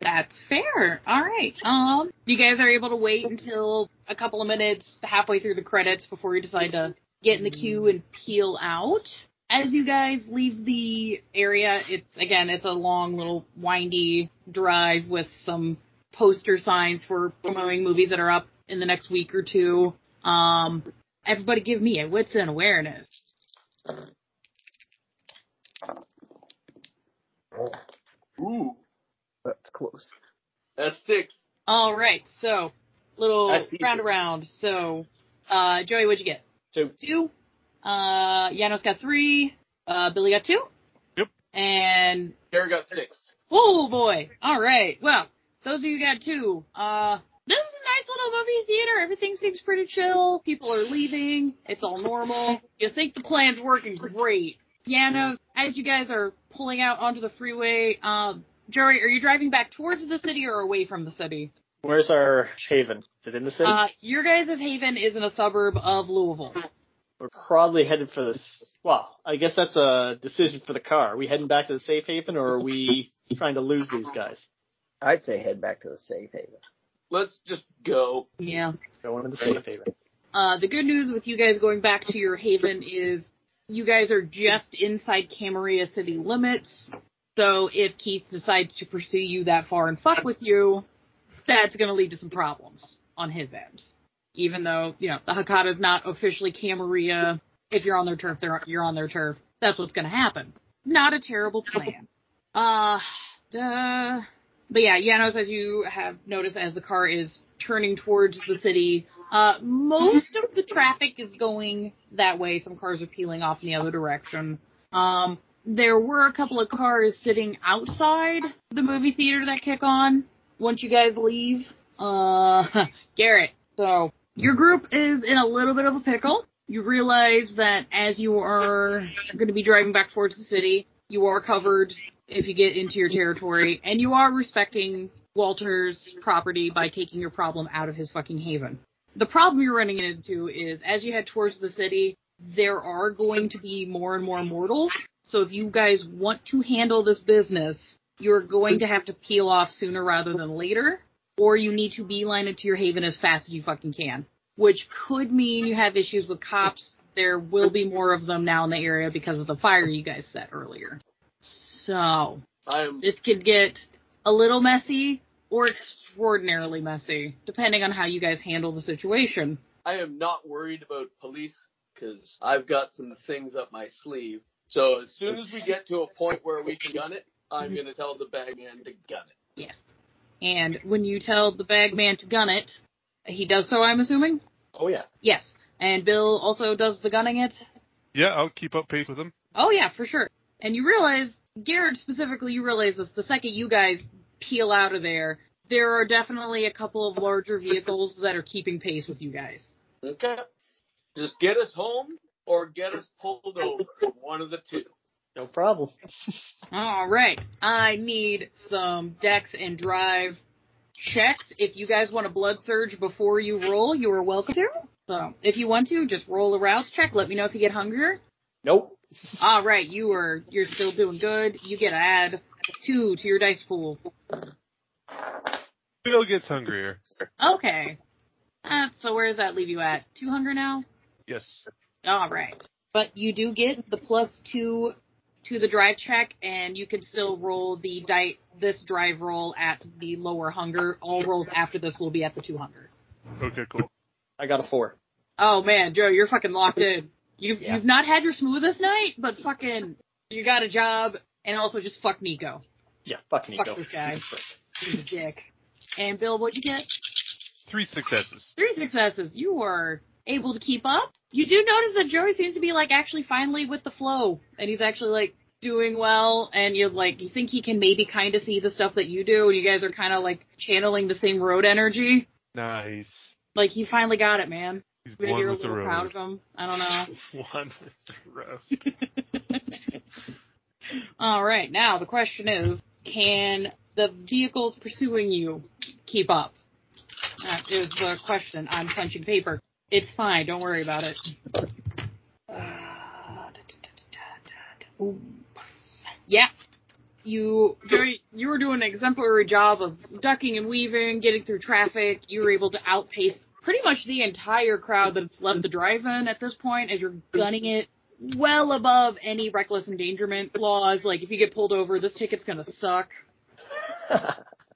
Speaker 4: That's fair. All right. Um, you guys are able to wait until a couple of minutes, halfway through the credits, before you decide to get in the queue and peel out. As you guys leave the area, it's again, it's a long little windy drive with some poster signs for promoting movies that are up in the next week or two. Um, everybody, give me a wits and awareness.
Speaker 7: Ooh,
Speaker 1: That's close.
Speaker 7: that's six.
Speaker 4: All right. So, little
Speaker 7: That's easy.
Speaker 4: round around. So, uh, Joey, what'd you get?
Speaker 3: Two.
Speaker 4: Two. Uh, Janos got three. Uh, Billy got two.
Speaker 5: Yep.
Speaker 4: And
Speaker 7: Kara got six.
Speaker 4: oh boy. All right. Well, those of you who got two. Uh, this is a nice little movie theater. Everything seems pretty chill. People are leaving. It's all normal. You think the plan's working great. Janos, as you guys are pulling out onto the freeway, uh, Joey, are you driving back towards the city or away from the city?
Speaker 3: Where's our haven? Is it in the city?
Speaker 4: Uh, your guys' haven is in a suburb of Louisville.
Speaker 3: We're probably headed for this. Well, I guess that's a decision for the car. Are we heading back to the safe haven, or are
Speaker 4: [LAUGHS]
Speaker 3: we trying to lose these guys?
Speaker 1: I'd say head back to the safe haven.
Speaker 7: Let's just go.
Speaker 4: Yeah.
Speaker 3: Going to the safe haven.
Speaker 4: Uh, the good news with you guys going back to your haven is you guys are just inside Camarilla city limits. So if Keith decides to pursue you that far and fuck with you, that's going to lead to some problems on his end. Even though you know the Hakata's not officially Camarilla, if you're on their turf, they're, you're on their turf. That's what's going to happen. Not a terrible plan. Uh, duh. But yeah, Janos, as you have noticed, as the car is turning towards the city, uh, most of the traffic is going that way. Some cars are peeling off in the other direction. Um, there were a couple of cars sitting outside the movie theater that kick on once you guys leave. Uh, [LAUGHS] Garrett, so your group is in a little bit of a pickle. You realize that as you are going to be driving back towards the city, you are covered if you get into your territory, and you are respecting Walter's property by taking your problem out of his fucking haven. The problem you're running into is as you head towards the city, there are going to be more and more mortals. So if you guys want to handle this business, you're going to have to peel off sooner rather than later, or you need to beeline it to your haven as fast as you fucking can. Which could mean you have issues with cops. There will be more of them now in the area because of the fire you guys set earlier. So
Speaker 7: I am
Speaker 4: this could get a little messy or extraordinarily messy, depending on how you guys handle the situation.
Speaker 7: I am not worried about police because I've got some things up my sleeve. So as soon as we get to a point where we can gun it, I'm going to tell the bagman to gun it.
Speaker 4: Yes. And when you tell the bag man to gun it, he does so, I'm assuming?
Speaker 3: Oh yeah.
Speaker 4: Yes. And Bill also does the gunning it?
Speaker 5: Yeah, I'll keep up pace with him.
Speaker 4: Oh, yeah, for sure. And you realize, Garrett specifically, you realize this the second you guys peel out of there, there are definitely a couple of larger vehicles that are keeping pace with you guys.
Speaker 7: Okay. Just get us home or get us pulled over. One of the two.
Speaker 3: No problem.
Speaker 4: All right. I need some dex and drive checks. If you guys want a blood surge before you roll, you are welcome to. So if you want to, just roll a routes check. Let me know if you get hungrier.
Speaker 3: Nope.
Speaker 4: All right, you are you're still doing good. You get to add two to your dice pool.
Speaker 5: Bill gets hungrier.
Speaker 4: Okay. Uh, so where does that leave you at? Two hunger now.
Speaker 5: Yes.
Speaker 4: All right, but you do get the plus two to the drive check, and you can still roll the di- this drive roll at the lower hunger. All rolls after this will be at the two hunger.
Speaker 5: Okay, cool.
Speaker 3: I got a four.
Speaker 4: Oh man, Joe, you're fucking locked in. You've
Speaker 3: Yeah.
Speaker 4: you've not had your smoothest night, but fucking you got a job, and also just fuck Nico.
Speaker 3: Yeah, fuck Nico.
Speaker 4: Fuck this guy. He's a dick. And Bill, what'd you get?
Speaker 5: Three successes.
Speaker 4: Three successes. You are able to keep up. You do notice that Joey seems to be like actually finally with the flow, and he's actually like doing well. And you like you think he can maybe kind of see the stuff that you do, and you guys are kind of like channeling the same road energy.
Speaker 5: Nice.
Speaker 4: Like he finally got it, man.
Speaker 5: He's
Speaker 4: Maybe
Speaker 5: one
Speaker 4: you're a
Speaker 5: with the
Speaker 4: little proud of
Speaker 5: road.
Speaker 4: him. I don't know.
Speaker 2: One with the road.
Speaker 4: All right, now the question is, can the vehicles pursuing you keep up? That is the question. I'm punching paper. It's fine. Don't worry about it. Uh, da, da, da, da, da, da. Ooh. Yeah. You very you were doing an exemplary job of ducking and weaving, getting through traffic. You were able to outpace pretty much the entire crowd that's left the drive-in at this point as you're gunning it well above any reckless endangerment laws. Like if you get pulled over, this ticket's gonna suck.
Speaker 3: [LAUGHS]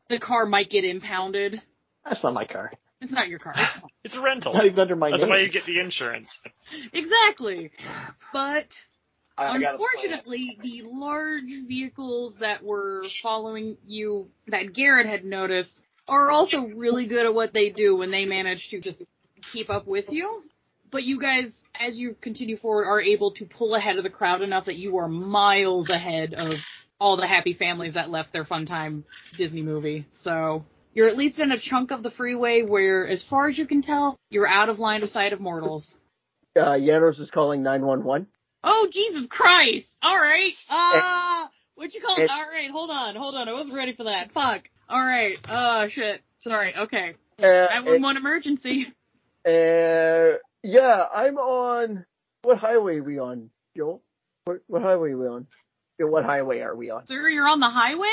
Speaker 4: The car might get impounded.
Speaker 3: That's not my car.
Speaker 4: It's not your car.
Speaker 2: It's a rental.
Speaker 3: Not even under my
Speaker 2: That's
Speaker 3: name.
Speaker 2: why you get the insurance.
Speaker 4: exactly. But
Speaker 7: I, I got a plan.
Speaker 4: unfortunately, the large vehicles that were following you that Garrett had noticed are also really good at what they do when they manage to just keep up with you. But you guys, as you continue forward, are able to pull ahead of the crowd enough that you are miles ahead of all the happy families that left their fun time Disney movie. So you're at least in a chunk of the freeway where, as far as you can tell, you're out of line of sight of mortals.
Speaker 1: Uh, Janos is calling 911.
Speaker 4: Oh Jesus Christ! All right. Uh, what'd you call it?
Speaker 1: it-
Speaker 4: All right, hold on, hold on. I wasn't ready for that. Fuck. All right. Uh, shit. Sorry. Okay.
Speaker 1: Uh,
Speaker 4: I
Speaker 1: it-
Speaker 4: want one emergency. [LAUGHS]
Speaker 1: Uh, yeah, I'm on. What highway are we on, Joel? What, what highway are we on? Yeah, What highway are we on?
Speaker 4: Sir, you're on the highway.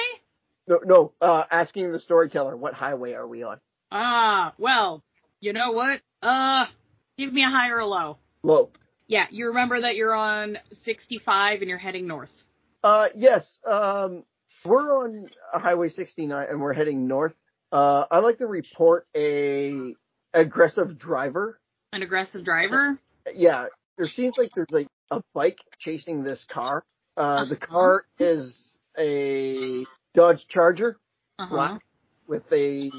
Speaker 1: No, no. Uh, asking the storyteller, what highway are we on?
Speaker 4: Ah, well. You know what? Uh, give me a high or a low.
Speaker 1: Low.
Speaker 4: Yeah, you remember that you're on 65 and you're heading north.
Speaker 1: Uh, yes. Um, we're on Highway 69 and we're heading north. Uh, I'd like to report a aggressive driver.
Speaker 4: An aggressive driver.
Speaker 1: Yeah, there seems like there's like a bike chasing this car. Uh, the car is a Dodge Charger.
Speaker 4: Uh huh.
Speaker 1: Black with a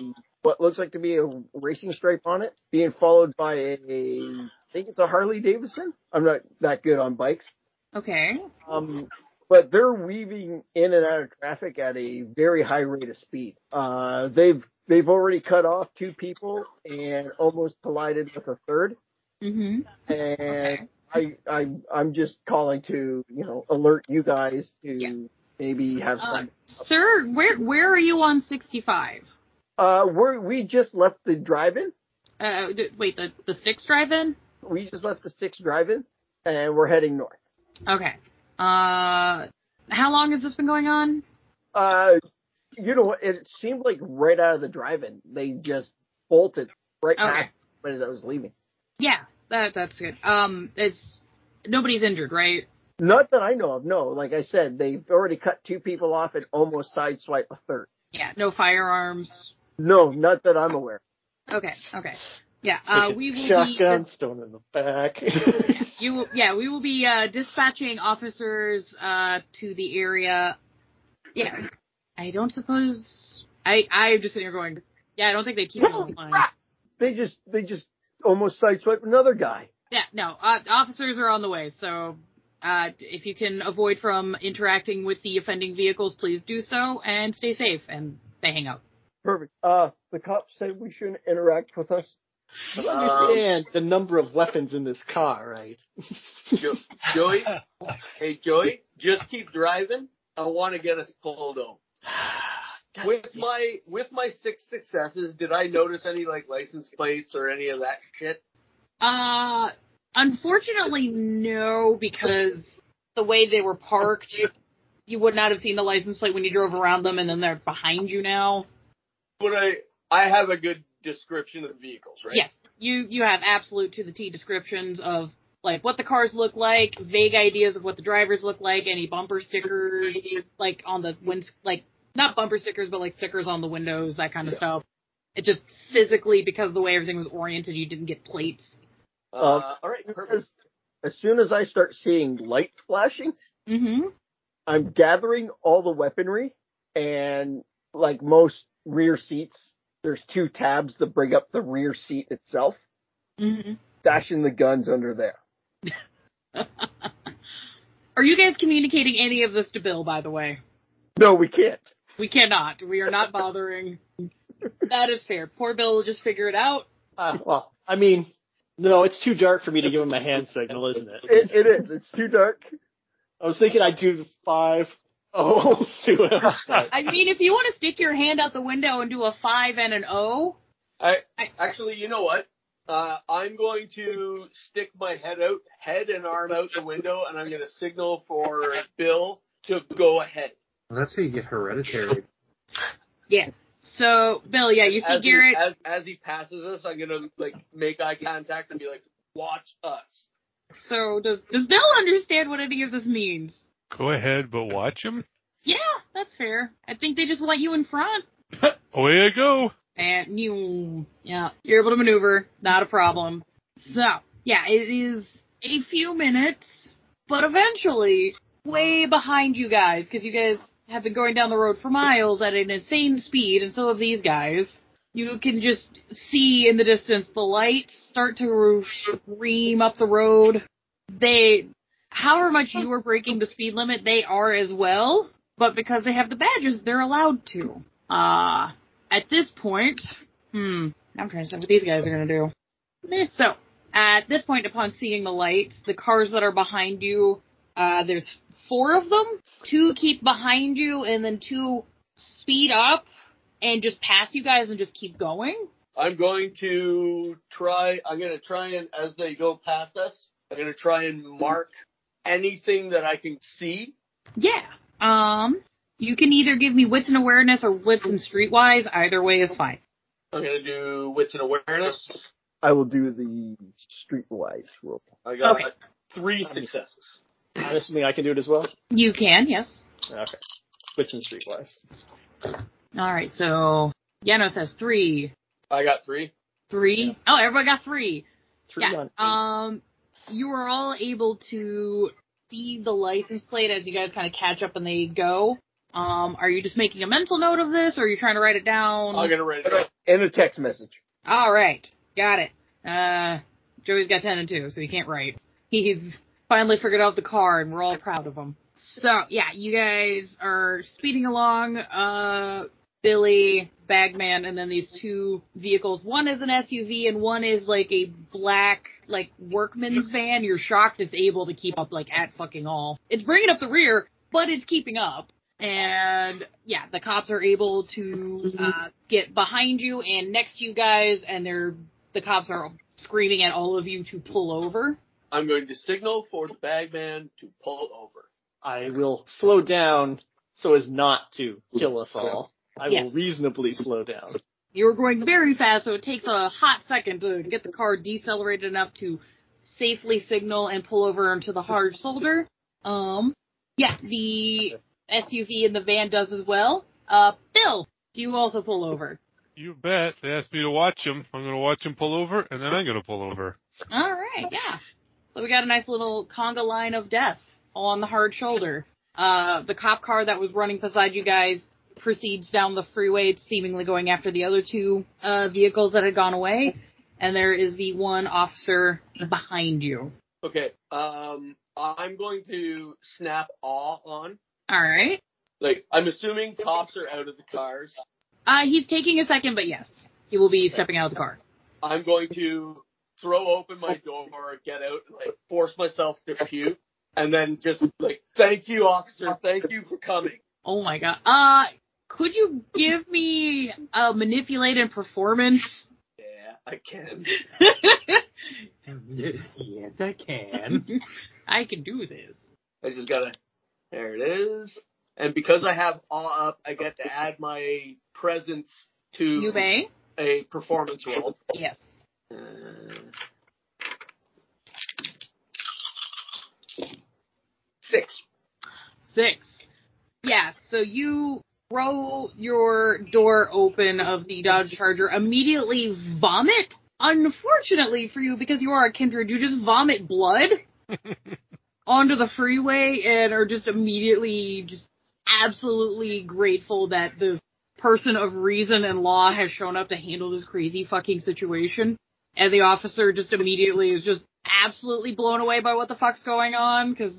Speaker 1: what looks like to be a racing stripe on it, being followed by a I think it's a Harley Davidson. I'm not that good on bikes.
Speaker 4: Okay.
Speaker 1: Um, but they're weaving in and out of traffic at a very high rate of speed. Uh, they've they've already cut off two people and almost collided with a third.
Speaker 4: Mm-hmm.
Speaker 1: And I I I'm just calling to you know alert you guys to
Speaker 4: Yeah.
Speaker 1: maybe have
Speaker 4: Uh,
Speaker 1: some.
Speaker 4: sir, where where are you on 65?
Speaker 1: Uh, we we just left the drive-in.
Speaker 4: Uh, d- wait, the the six drive-in?
Speaker 1: We just left the six drive-in, and we're heading north.
Speaker 4: Okay. Uh, how long has this been going on?
Speaker 1: Uh, you know what? It seemed like right out of the drive-in, they just bolted right
Speaker 4: Okay.
Speaker 1: past everybody that was leaving.
Speaker 4: Yeah, that that's good. Um, it's nobody's injured, right?
Speaker 1: Not that I know of. No, like I said, they've already cut two people off and almost sideswipe a third.
Speaker 4: Yeah, no firearms.
Speaker 1: No, not that I'm aware.
Speaker 4: Okay, okay. Yeah, uh,
Speaker 3: Taking
Speaker 4: we will
Speaker 3: shotgun,
Speaker 4: be
Speaker 3: stone in the [LAUGHS] back.
Speaker 4: you will, yeah, we will be uh, dispatching officers uh, to the area. Yeah. I don't suppose I I'm just sitting here going, yeah, I don't think they keep them
Speaker 1: Holy
Speaker 4: online.
Speaker 1: crap! They just they just almost sideswipe another guy.
Speaker 4: Yeah, no. Uh, officers are on the way, so uh, if you can avoid from interacting with the offending vehicles, please do so and stay safe. And they hang up.
Speaker 1: Perfect. Uh, the cops said we shouldn't interact with us.
Speaker 3: you understand the number of weapons in this car, right?
Speaker 7: Jo- Joey, hey Joey, just keep driving. I want to get us pulled over. With my with my six successes, did I notice any like license plates or any of that shit?
Speaker 4: Uh, unfortunately, no, because the way they were parked, you would not have seen the license plate when you drove around them, and then they're behind you now.
Speaker 7: But I I have a good description of the vehicles, right?
Speaker 4: Yes, you you have absolute to the T descriptions of like what the cars look like, vague ideas of what the drivers look like, any bumper stickers like on the winds, like not bumper stickers, but like stickers on the windows, that kind of stuff. It just physically because the way everything was oriented, you didn't get plates.
Speaker 7: Uh,
Speaker 1: Um,
Speaker 7: all right, perfect.
Speaker 1: As, as soon as I start seeing lights flashing,
Speaker 4: Mm-hmm.
Speaker 1: I'm gathering all the weaponry and like most rear seats, there's two tabs that bring up the rear seat itself,
Speaker 4: Mm-hmm.
Speaker 1: stashing the guns under there.
Speaker 4: Are you guys communicating any of this to Bill? By the way,
Speaker 1: No, we can't.
Speaker 4: we cannot. We are not bothering. that is fair. Poor Bill will just figure it out.
Speaker 3: [SIGHS] Uh, well, I mean, no, it's too dark for me to give him a hand signal, isn't
Speaker 1: It, it is. It's too dark.
Speaker 3: I was thinking I'd do the five [LAUGHS] oh to him. but-
Speaker 4: I mean, if you want to stick your hand out the window and do a five and an O,
Speaker 7: I,
Speaker 4: I-
Speaker 7: actually, you know what? Uh, I'm going to stick my head out, head and arm out the window, and I'm going to signal for Bill to go ahead.
Speaker 6: Well, that's how you get hereditary.
Speaker 4: so Bill, yeah, you see
Speaker 7: as
Speaker 4: Garrett.
Speaker 7: He, as, as he passes us, I'm gonna like make eye contact and be like, "Watch us."
Speaker 4: So does does Bill understand what any of this means?
Speaker 5: Go ahead, but watch him.
Speaker 4: Yeah, that's fair. I think they just want you in front.
Speaker 5: Away I go.
Speaker 4: And you, Eh, yeah, you're able to maneuver, not a problem. So yeah, it is a few minutes, but eventually way behind you guys because you guys have been going down the road for miles at an insane speed, and so have these guys. You can just see in the distance the lights start to stream up the road. They, however much you are breaking the speed limit, they are as well. But because they have the badges, they're allowed to. Uh, at this point, hmm, I'm trying to see what these guys are gonna do. Meh. So, at this point, upon seeing the lights, the cars that are behind you, uh, there's four of them. Two keep behind you, and then two speed up and just pass you guys and just keep going.
Speaker 7: I'm going to try. I'm gonna try and as they go past us, I'm gonna try and mark anything that I can see.
Speaker 4: Yeah. Um, you can either give me wits and awareness or wits and streetwise. Either way is fine.
Speaker 7: I'm gonna do wits and awareness.
Speaker 1: I will do the streetwise rule.
Speaker 7: I got
Speaker 4: Okay.
Speaker 7: three successes.
Speaker 3: I'm assuming I can do it as well.
Speaker 4: You can, yes.
Speaker 3: Okay, switch and streetwise.
Speaker 4: All right. So Yano says three,
Speaker 7: I got three.
Speaker 4: three. Oh, everybody got three.
Speaker 3: Three
Speaker 4: yeah.
Speaker 3: on
Speaker 4: Um, you are all able to see the license plate as you guys kind of catch up and they go. Um, are you just making a mental note of this, or are you trying to write it down?
Speaker 7: I'm gonna write it down.
Speaker 1: And a text message.
Speaker 4: All right, got it. Uh, Joey's got ten and two, so he can't write. He's finally figured out the car, and we're all proud of him. So yeah, you guys are speeding along. Uh, Billy, Bagman, and then these two vehicles. One is an SUV, and one is like a black like workman's van. You're shocked it's able to keep up like at fucking all. It's bringing up the rear, but it's keeping up. And yeah, the cops are able to uh, get behind you and next to you guys, and they're the cops are screaming at all of you to pull over.
Speaker 7: I'm going to signal for the bagman to pull over.
Speaker 3: I will slow down so as not to kill us all. I will
Speaker 4: Yes.
Speaker 3: reasonably slow down.
Speaker 4: You're going very fast, so it takes a hot second to get the car decelerated enough to safely signal and pull over into the hard shoulder. Um, yeah, the SUV and the van does as well. Uh, Bill, do you also pull over?
Speaker 5: You bet. They asked me to watch him. I'm going to watch him pull over, and then I'm going to pull over.
Speaker 4: All right, yeah. So we got a nice little conga line of death on the hard shoulder. Uh, the cop car that was running beside you guys proceeds down the freeway, seemingly going after the other two uh, vehicles that had gone away, and there is the one officer behind you.
Speaker 7: Okay. Um, I'm going to snap awe on.
Speaker 4: All right.
Speaker 7: Like, I'm assuming cops are out of the cars.
Speaker 4: Uh, he's taking a second, but yes, he will be stepping out of the car.
Speaker 7: I'm going to throw open my door, get out, and like force myself to puke, and then just like, thank you, officer, thank you for coming.
Speaker 4: Oh my god. Uh, could you give me a manipulate and performance? [LAUGHS]
Speaker 7: Yeah, I can.
Speaker 6: [LAUGHS] yes, I can.
Speaker 4: I can do this.
Speaker 7: I just gotta. There it is. And because I have awe up, I get to add my presence
Speaker 4: You
Speaker 7: to
Speaker 4: may?
Speaker 7: a performance roll.
Speaker 4: Yes.
Speaker 7: Uh, six.
Speaker 4: Six. Yeah, so you throw your door open of the Dodge Charger, immediately vomit. Unfortunately for you, because you are a kindred, you just vomit blood onto the freeway and are just immediately just absolutely grateful that this person of reason and law has shown up to handle this crazy fucking situation. And the officer just immediately is just absolutely blown away by what the fuck's going on because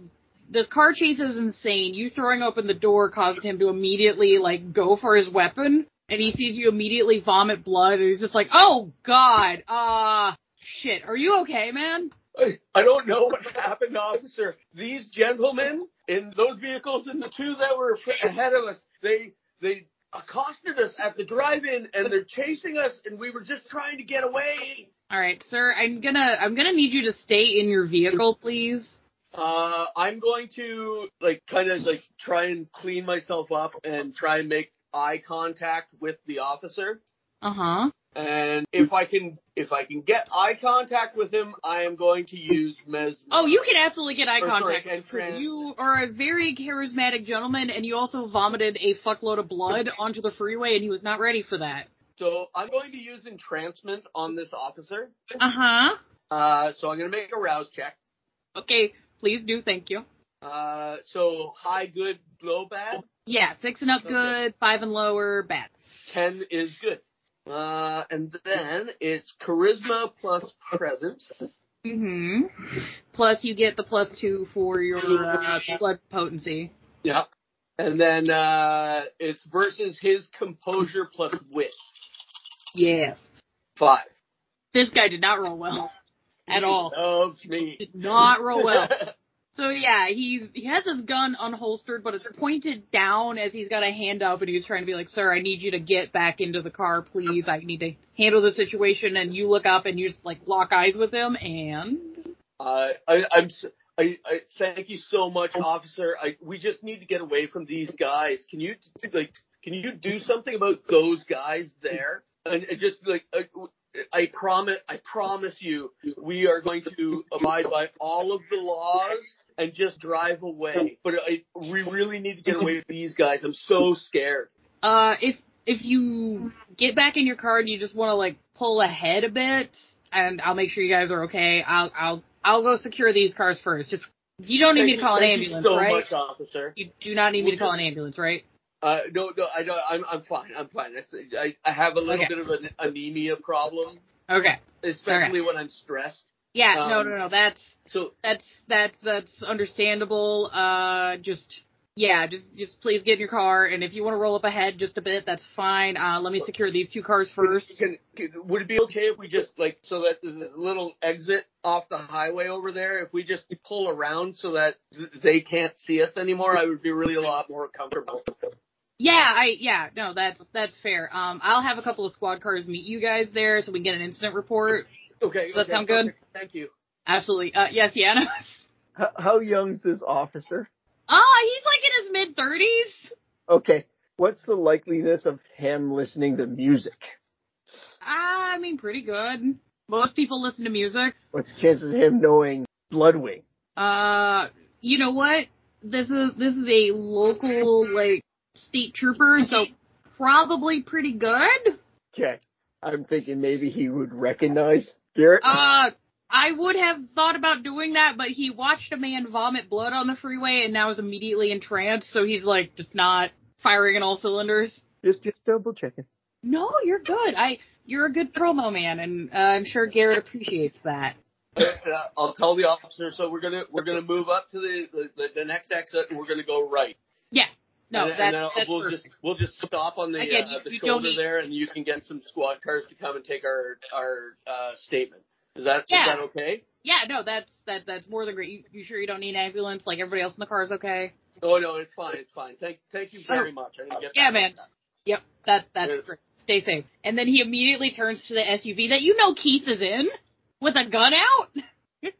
Speaker 4: this car chase is insane. You throwing open the door caused him to immediately like go for his weapon, and he sees you immediately vomit blood, and he's just like, "Oh God, uh, shit, are you okay, man?"
Speaker 7: I, I don't know what happened, officer. These gentlemen in those vehicles and the two that were fr- ahead of us, they they accosted us at the drive-in and they're chasing us, and we were just trying to get away.
Speaker 4: All right, sir, I'm gonna I'm gonna need you to stay in your vehicle, please.
Speaker 7: Uh, I'm going to like kind of like try and clean myself up and try and make eye contact with the officer.
Speaker 4: Uh huh.
Speaker 7: And if I can, if I can get eye contact with him, I am going to use mes.
Speaker 4: Oh, you can absolutely get eye
Speaker 7: Or, sorry,
Speaker 4: contact
Speaker 7: hand
Speaker 4: because
Speaker 7: trans-
Speaker 4: you are a very charismatic gentleman, and you also vomited a fuckload of blood onto the freeway, and he was not ready for that.
Speaker 7: So I'm going to use entrancement on this officer.
Speaker 4: Uh huh.
Speaker 7: Uh, so I'm going to make a rouse check.
Speaker 4: Okay, please do. Thank you.
Speaker 7: Uh, so high good, low bad.
Speaker 4: Yeah, six and up
Speaker 7: Okay.
Speaker 4: good, five and lower bad.
Speaker 7: Ten is good. Uh, and then it's charisma plus presence.
Speaker 4: hmm Plus, you get the plus two for your uh, blood potency.
Speaker 7: Yeah. And then uh, it's versus his composure plus wit.
Speaker 4: Yes.
Speaker 7: Five.
Speaker 4: This guy did not roll well at all.
Speaker 7: He loves me.
Speaker 4: Did not roll
Speaker 7: [LAUGHS]
Speaker 4: well. So yeah, he's he has his gun unholstered, but it's pointed down as he's got a hand up, and he's trying to be like, "Sir, I need you to get back into the car, please. I need to handle the situation." And you look up and you just like lock eyes with him, and
Speaker 7: uh, I, I'm. s- I, I thank you so much, officer. I, we just need to get away from these guys. Can you like? Can you do something about those guys there? And it just like. I, I promise, I promise you, we are going to abide by all of the laws and just drive away. But I, we really need to get away from these guys. I'm so scared.
Speaker 4: uh, if if you get back in your car and you just want to like pull ahead a bit, and I'll make sure you guys are okay. I'll I'll I'll go secure these cars first. Just you don't need me to call an
Speaker 7: Thank you
Speaker 4: ambulance,
Speaker 7: so
Speaker 4: right?
Speaker 7: much, officer.
Speaker 4: You do not need me to call an ambulance, right?
Speaker 7: Uh, no, no, I don't. I'm, I'm fine. I'm fine. I, I, I have a little
Speaker 4: Okay.
Speaker 7: bit of an anemia problem,
Speaker 4: Okay.
Speaker 7: especially when I'm stressed.
Speaker 4: Yeah, no,
Speaker 7: Um,
Speaker 4: no, no. That's
Speaker 7: So
Speaker 4: that's that's that's understandable. Uh, just yeah, just just please get in your car, and if you want to roll up ahead just a bit, that's fine. Uh, let me secure these two cars first.
Speaker 7: Can, can, would it be okay if we just like so that the little exit off the highway over there, if we just pull around so that th- they can't see us anymore, I would be really a lot more comfortable.
Speaker 4: Yeah, I yeah, no, that's that's fair. Um, I'll have a couple of squad cars meet you guys there, so we can get an incident report.
Speaker 7: Okay,
Speaker 4: Does that
Speaker 7: okay,
Speaker 4: sound good?
Speaker 7: perfect. Thank you.
Speaker 4: Absolutely. Uh, yes, Yanos.
Speaker 1: How, how young's this officer?
Speaker 4: [LAUGHS] Oh, he's like in his mid thirties.
Speaker 1: Okay. What's the likeliness of him listening to music?
Speaker 4: I mean, pretty good. Most people listen to music.
Speaker 1: What's the chances of him knowing Bloodwing?
Speaker 4: Uh, you know what? This is this is a local like state trooper, so probably pretty good.
Speaker 1: Okay. I'm thinking maybe he would recognize Garrett.
Speaker 4: Uh, I would have thought about doing that, but he watched a man vomit blood on the freeway and now is immediately entranced, so he's like just not firing on all cylinders.
Speaker 1: Just, just double checking.
Speaker 4: No, you're good. I you're a good promo man, and uh, I'm sure Garrett appreciates that.
Speaker 7: And, uh, I'll tell the officer. So we're gonna we're gonna move up to the the, the, the next exit. and We're gonna go right.
Speaker 4: No,
Speaker 7: and,
Speaker 4: that's
Speaker 7: and then
Speaker 4: that's
Speaker 7: we'll
Speaker 4: perfect.
Speaker 7: just we'll just stop on the
Speaker 4: Again,
Speaker 7: uh,
Speaker 4: you-
Speaker 7: the
Speaker 4: you don't
Speaker 7: shoulder
Speaker 4: need-
Speaker 7: there, and you can get some squad cars to come and take our our uh, statement. Is that is
Speaker 4: Yeah.
Speaker 7: that okay?
Speaker 4: yeah. No, that's that that's more than great. You, you sure you don't need an ambulance? Like everybody else in the car is okay.
Speaker 7: Oh no, it's fine, it's fine. Thank thank you very much. I didn't get
Speaker 4: Yeah,
Speaker 7: that.
Speaker 4: man. Yep, that that's
Speaker 7: Yeah.
Speaker 4: great. Stay safe. And then he immediately turns to the SUV that you know Keith is in with a gun out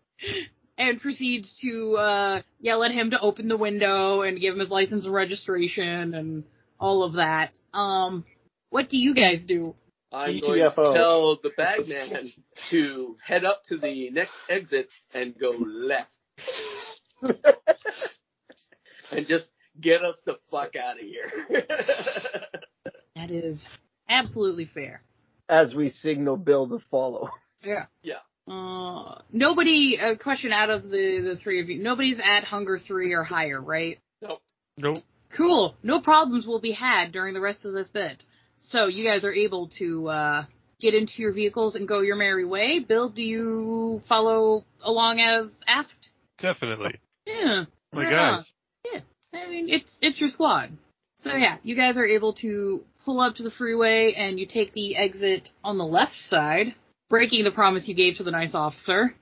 Speaker 4: [LAUGHS] and proceeds to uh yell at him to open the window and give him his license and registration and all of that. Um what do you guys do?
Speaker 7: I'm going to
Speaker 3: DTFO.
Speaker 7: tell the bagman to head up to the next exit and go [LAUGHS] left, and just get us the fuck out of here. [LAUGHS]
Speaker 4: That is absolutely fair.
Speaker 1: As we signal Bill to follow.
Speaker 4: Yeah.
Speaker 7: Yeah.
Speaker 4: Uh, nobody, a question out of the, the three of you. Nobody's at hunger three or higher, right?
Speaker 5: Nope.
Speaker 4: Cool. No problems will be had during the rest of this bit. So you guys are able to uh, get into your vehicles and go your merry way. Bill, do you follow along as asked?
Speaker 5: Definitely.
Speaker 4: Yeah.
Speaker 5: My
Speaker 4: Right
Speaker 5: guys.
Speaker 4: on. I mean, it's it's your squad. So yeah, you guys are able to pull up to the freeway and you take the exit on the left side, breaking the promise you gave to the nice officer,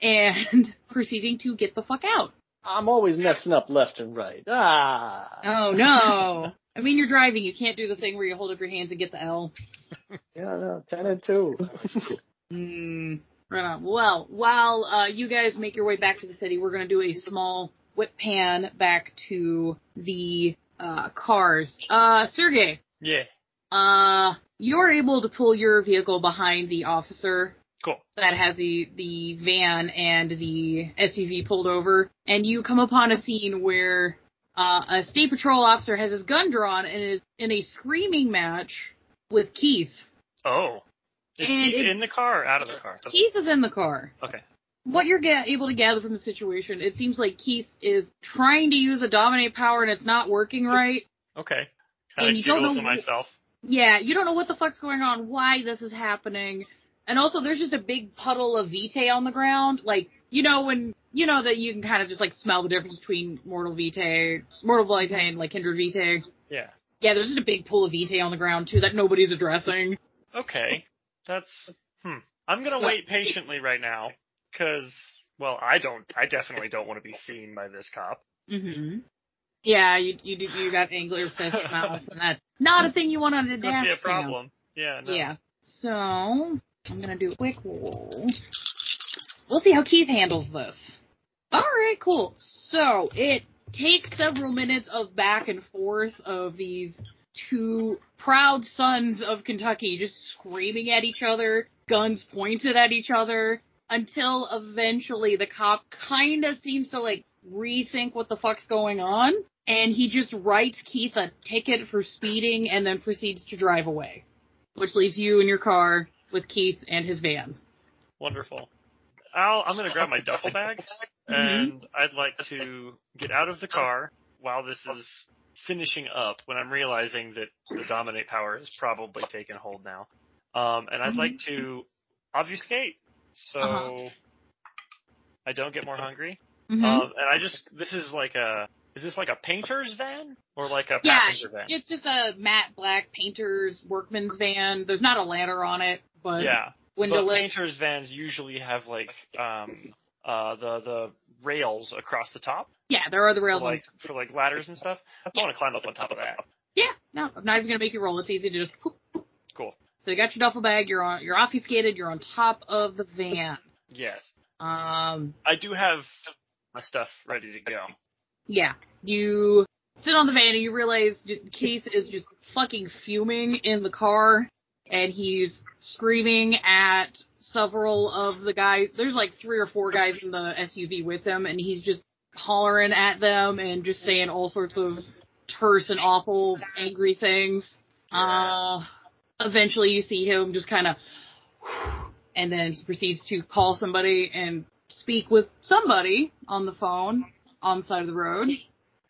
Speaker 4: and [LAUGHS] proceeding to get the fuck out.
Speaker 3: I'm always messing up left and right. Ah.
Speaker 4: Oh no. [LAUGHS] I mean, you're driving. You can't do the thing where you hold up your hands and get the L.
Speaker 3: Yeah, no, 10 and 2.
Speaker 4: Mm, right on. Well, while uh, you guys make your way back to the city, we're going to do a small whip pan back to the uh, cars. Uh, Sergey,
Speaker 2: Yeah.
Speaker 4: uh, you're able to pull your vehicle behind the officer
Speaker 2: Cool.
Speaker 4: that has the the van and the SUV pulled over, and you come upon a scene where uh, a state patrol officer has his gun drawn and is in a screaming match with Keith.
Speaker 2: Oh. Is
Speaker 4: And
Speaker 2: Keith
Speaker 4: it's-
Speaker 2: in the car or out of the car?
Speaker 4: Keith is in the car.
Speaker 2: Okay.
Speaker 4: What you're ga- able to gather from the situation, it seems like Keith is trying to use a dominate power and it's not working right.
Speaker 2: Okay.
Speaker 4: And
Speaker 2: Kind
Speaker 4: you
Speaker 2: of
Speaker 4: don't
Speaker 2: giggle
Speaker 4: know
Speaker 2: to
Speaker 4: wh-
Speaker 2: myself.
Speaker 4: Yeah, you don't know what the fuck's going on, why this is happening. And also, there's just a big puddle of Vitae on the ground. Like, you know, when, you know that you can kind of just like smell the difference between Mortal Vitae, Mortal Vitae and like Kindred Vitae.
Speaker 2: Yeah.
Speaker 4: Yeah, there's just a big pool of Vitae on the ground too that nobody's addressing.
Speaker 2: Okay. That's hmm. I'm gonna
Speaker 4: So-
Speaker 2: wait patiently right now, cause well, I don't. I definitely don't want to be seen by this cop.
Speaker 4: Mm-hmm. Yeah, you, you, do- you got angler fish mouth and that's not a thing you want on a
Speaker 2: Could be a
Speaker 4: dash cam.
Speaker 2: problem. Yeah. No.
Speaker 4: Yeah. So I'm gonna do a quick roll. We'll see how Keith handles this. All right, cool. So it takes several minutes of back and forth of these two proud sons of Kentucky just screaming at each other, guns pointed at each other, until eventually the cop kind of seems to like rethink what the fuck's going on, and he just writes Keith a ticket for speeding and then proceeds to drive away which leaves you in your car with Keith and his van.
Speaker 2: Wonderful. I'll, I'm going to
Speaker 4: [LAUGHS]
Speaker 2: grab my duffel bag,
Speaker 4: Mm-hmm.
Speaker 2: and I'd like to get out of the car while this is finishing up. When I'm realizing that the dominate power has probably taken hold now, um, and I'd like to obfuscate. So
Speaker 4: Mm-hmm. Uh-huh.
Speaker 2: I don't get more hungry.
Speaker 4: Mhm.
Speaker 2: Um, and I just this is like a is this like a painter's van or like a
Speaker 4: yeah,
Speaker 2: passenger van?
Speaker 4: it's just a matte black painter's workman's van. There's not a ladder on it, but
Speaker 2: Yeah, but
Speaker 4: windowless.
Speaker 2: painters vans usually have like um uh the the rails across the top,
Speaker 4: yeah, there are the
Speaker 2: for
Speaker 4: rails. on
Speaker 2: like for like ladders and stuff. I want to climb up on top of that.
Speaker 4: Yeah, no, I'm not even gonna make you roll. It's easy to just. Whoop.
Speaker 2: Cool.
Speaker 4: So you got your duffel bag. You're on. You're obfuscated. You're on top of the van.
Speaker 2: Yes,
Speaker 4: Um,
Speaker 2: I do have my stuff ready to go.
Speaker 4: yeah. You sit on the van and you realize J- Keith is just fucking fuming in the car, and he's screaming at several of the guys. There's like three or four guys in the SUV with him, and he's just hollering at them and just saying all sorts of terse and awful, angry things. Uh, eventually you see him just kind of, and then he proceeds to call somebody and speak with somebody on the phone on the side of the road.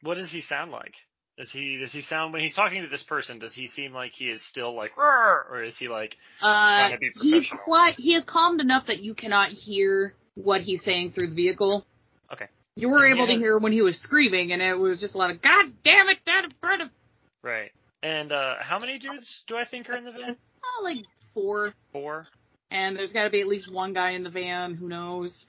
Speaker 2: What does he sound like? Does he does he sound when he's talking to this person? Does he seem like he is still like "Rrr," or is he like
Speaker 4: Uh,
Speaker 2: Gotta be
Speaker 4: he's
Speaker 2: professional.
Speaker 4: quite, he is calmed enough that you cannot hear what he's saying through the vehicle.
Speaker 2: Okay.
Speaker 4: You were
Speaker 2: And he
Speaker 4: able to
Speaker 2: has-
Speaker 4: hear when he was screaming, and it was just a lot of "God damn it, that bread of
Speaker 2: right? And uh how many dudes do I think are in the van?
Speaker 4: oh, like four,
Speaker 2: Four.
Speaker 4: and there's got to be at least one guy in the van. Who knows?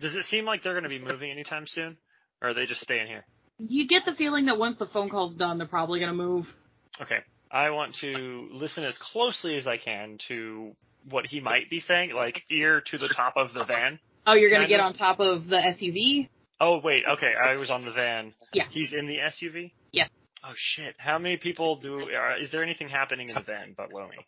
Speaker 2: Does it seem like they're going to be moving anytime soon, or are they just staying here?
Speaker 4: You get the feeling that once the phone call's done, they're probably gonna move.
Speaker 2: Okay. I want to listen as closely as I can to what he might be saying, like ear to the top of the van.
Speaker 4: Oh, you're gonna
Speaker 2: Kind
Speaker 4: get
Speaker 2: of.
Speaker 4: on top of the SUV.
Speaker 2: Oh wait, okay, I was on the van.
Speaker 4: Yeah.
Speaker 2: He's in the SUV.
Speaker 4: Yes.
Speaker 2: Oh shit! How many people do? Uh, is there anything happening in the van but Lomi?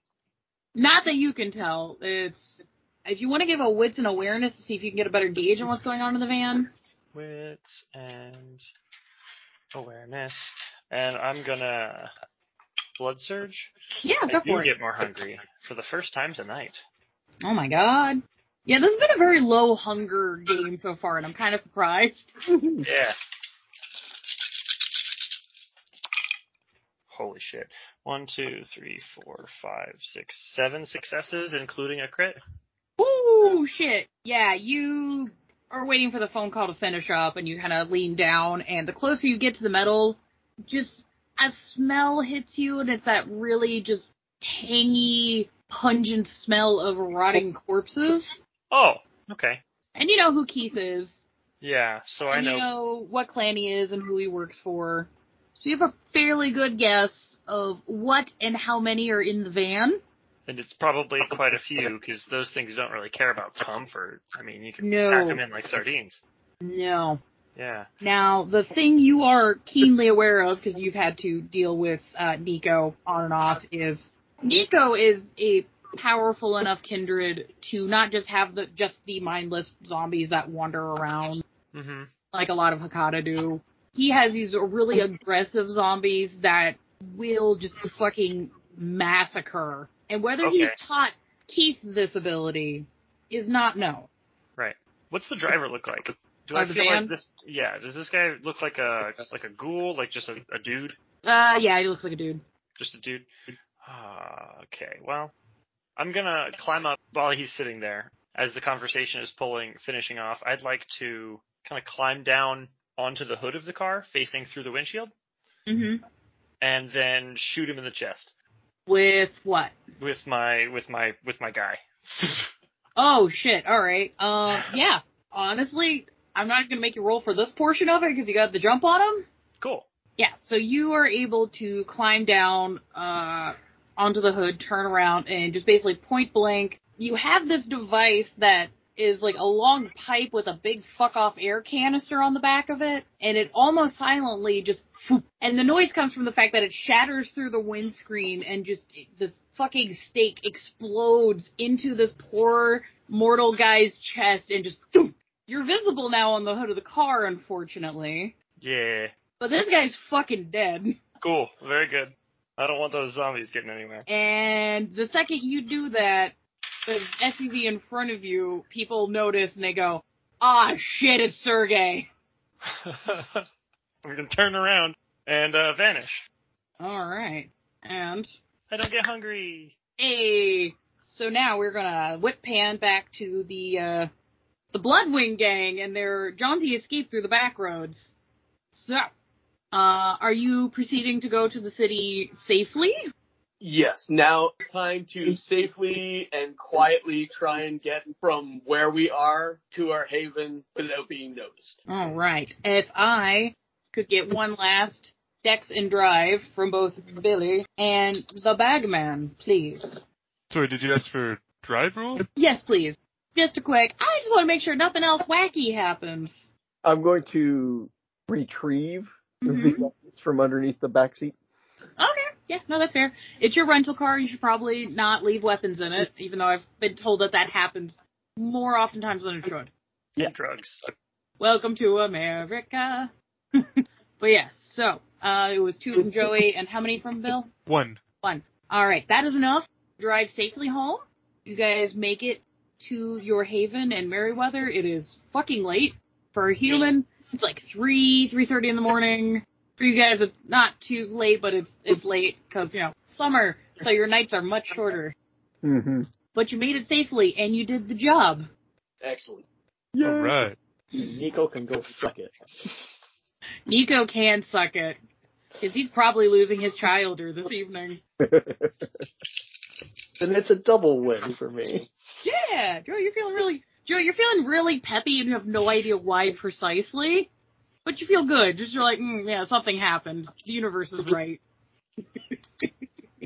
Speaker 4: Not that you can tell. It's if you want to give a wits and awareness to see if you can get a better gauge on what's going on in the van.
Speaker 2: Wits and awareness, and I'm gonna blood surge.
Speaker 4: Yeah,
Speaker 2: I
Speaker 4: Oh, go
Speaker 2: do
Speaker 4: for it.
Speaker 2: get more hungry for the first time tonight.
Speaker 4: Oh my god. Yeah, this has been a very low hunger game so far, and I'm kind of surprised.
Speaker 2: Yeah. Holy shit. One, two, three, four, five, six, seven successes, including a crit.
Speaker 4: Ooh, shit. Yeah, you are waiting for the phone call to finish up, and you kind of lean down, and the closer you get to the metal, just a smell hits you, and it's that really just tangy, pungent smell of rotting corpses.
Speaker 2: Oh, okay.
Speaker 4: And you know who Keith is.
Speaker 2: Yeah, so Oh, I
Speaker 4: and
Speaker 2: know.
Speaker 4: you know what clan he is and who he works for. So you have a fairly good guess of what and how many are in the van.
Speaker 2: And it's probably quite a few, because those things don't really care about comfort. I mean, you can
Speaker 4: No.
Speaker 2: pack them in like sardines.
Speaker 4: No.
Speaker 2: Yeah.
Speaker 4: Now, the thing you are keenly aware of, because you've had to deal with uh, Nico on and off, is Nico is a powerful enough kindred to not just have the just the mindless zombies that wander around
Speaker 2: hmm
Speaker 4: like a lot of Hakata do. He has these really aggressive zombies that will just fucking massacre. And whether he's
Speaker 2: Okay.
Speaker 4: taught Keith this ability is not known.
Speaker 2: What's the driver look like? Do
Speaker 4: Uh,
Speaker 2: I
Speaker 4: the
Speaker 2: feel
Speaker 4: van?
Speaker 2: like this? Yeah. Does this guy look like a like a ghoul, like just a, a dude?
Speaker 4: Uh, yeah, he looks like a dude.
Speaker 2: just a dude. Ah, okay. Well, I'm gonna climb up while he's sitting there. As the conversation is pulling, finishing off, I'd like to kind of climb down onto the hood of the car, facing through the windshield,
Speaker 4: hmm
Speaker 2: and then shoot him in the chest
Speaker 4: With what?
Speaker 2: with my with my with my guy. [LAUGHS]
Speaker 4: Oh shit! All right. Um. Yeah. Honestly, I'm not gonna make you roll for this portion of it because you got the jump on him.
Speaker 2: Cool.
Speaker 4: Yeah. So you are able to climb down uh, onto the hood, turn around, and just basically point blank. You have this device that is like a long pipe with a big fuck off air canister on the back of it, and it almost silently just. whoop. And the noise comes from the fact that it shatters through the windscreen and just this fucking stake explodes into this poor mortal guy's chest and just. thump. You're visible now on the hood of the car, unfortunately.
Speaker 2: Yeah.
Speaker 4: But this guy's fucking dead.
Speaker 2: Cool. Very good. I don't want those zombies getting [LAUGHS] anywhere.
Speaker 4: And the second you do that, the SUV in front of you, people notice and they go, ah, shit, it's Sergey.
Speaker 2: I'm gonna turn around and uh, vanish.
Speaker 4: All right. And,
Speaker 2: I don't get hungry.
Speaker 4: hey. So now we're going to whip pan back to the uh, the Bloodwing gang and their jaunty escape through the back roads. So, uh, are you proceeding to go to the city safely?
Speaker 7: Yes, now it's time to safely and quietly try and get from where we are to our haven without being noticed.
Speaker 4: All right. If I could get one last dex and drive from both Billy and the Bagman, please.
Speaker 5: Sorry, did you ask for drive rule?
Speaker 4: Yes, please. Just a quick. I just want to make sure nothing else wacky happens.
Speaker 1: I'm going to retrieve the
Speaker 4: Mhm.
Speaker 1: weapons from underneath the back seat.
Speaker 4: Okay. Yeah, no, that's fair. It's your rental car. You should probably not leave weapons in it, even though I've been told that that happens more oftentimes than it should.
Speaker 2: Yeah. Drugs.
Speaker 4: Welcome to America. [LAUGHS] but yeah, so uh, it was two from Joey and how many from Bill?
Speaker 5: One.
Speaker 4: All right, that is enough. Drive safely home. You guys make it to your haven in Merriweather. It is fucking late for a human. It's like three, three thirty in the morning. For you guys, it's not too late, but it's it's late because you know summer, so your nights are much shorter.
Speaker 1: Mm-hmm.
Speaker 4: But you made it safely, and you did the job.
Speaker 7: Excellent.
Speaker 5: All right.
Speaker 3: Nico can go suck it.
Speaker 4: Nico can suck it because he's probably losing his child or this evening.
Speaker 3: Then it's a double win for me.
Speaker 4: Yeah, Joe, you're feeling really Joe, you're feeling really peppy and you have no idea why precisely. But you feel good. Just you're like, mm, yeah, something happened. The universe is right. [LAUGHS]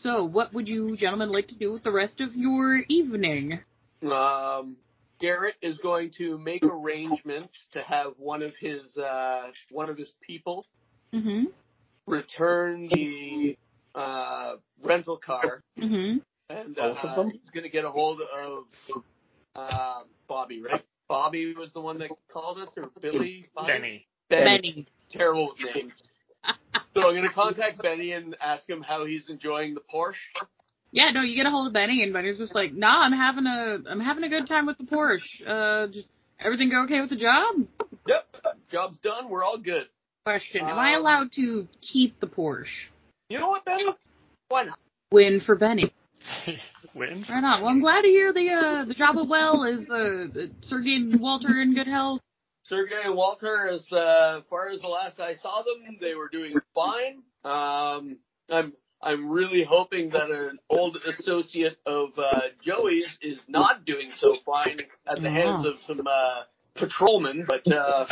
Speaker 4: so, what would you gentlemen like to do with the rest of your evening?
Speaker 7: Um, Garrett is going to make arrangements to have one of his uh, one of his people
Speaker 4: Mm-hmm.
Speaker 7: return the uh, rental car,
Speaker 4: Mm-hmm.
Speaker 7: and
Speaker 3: Both
Speaker 7: uh,
Speaker 3: of them?
Speaker 7: he's going to get a hold of uh, Bobby. Right? Bobby was the one that called us, or Billy? Bobby?
Speaker 2: Benny.
Speaker 4: Benny.
Speaker 7: terrible with names. So I'm going to contact Benny and ask him how he's enjoying the Porsche.
Speaker 4: Yeah, no, you get a hold of Benny and Benny's just like, nah, I'm having a I'm having a good time with the Porsche. Uh just everything go okay with the job?
Speaker 7: Yep, job's done. We're all good.
Speaker 4: Question. Am I
Speaker 7: Um,
Speaker 4: allowed to keep the Porsche?
Speaker 7: You know what, Benny? Why not?
Speaker 4: Win for Benny.
Speaker 2: [LAUGHS] Win.
Speaker 4: Right on. Well, I'm glad to hear the uh, the job of well is uh, that Sergey and Walter in good health.
Speaker 7: Sergey and Walter, as uh, far as the last I saw them, they were doing fine. Um, I'm I'm really hoping that an old associate of uh, Joey's is not doing so fine at the
Speaker 4: Ah.
Speaker 7: hands of some uh, patrolmen. But uh,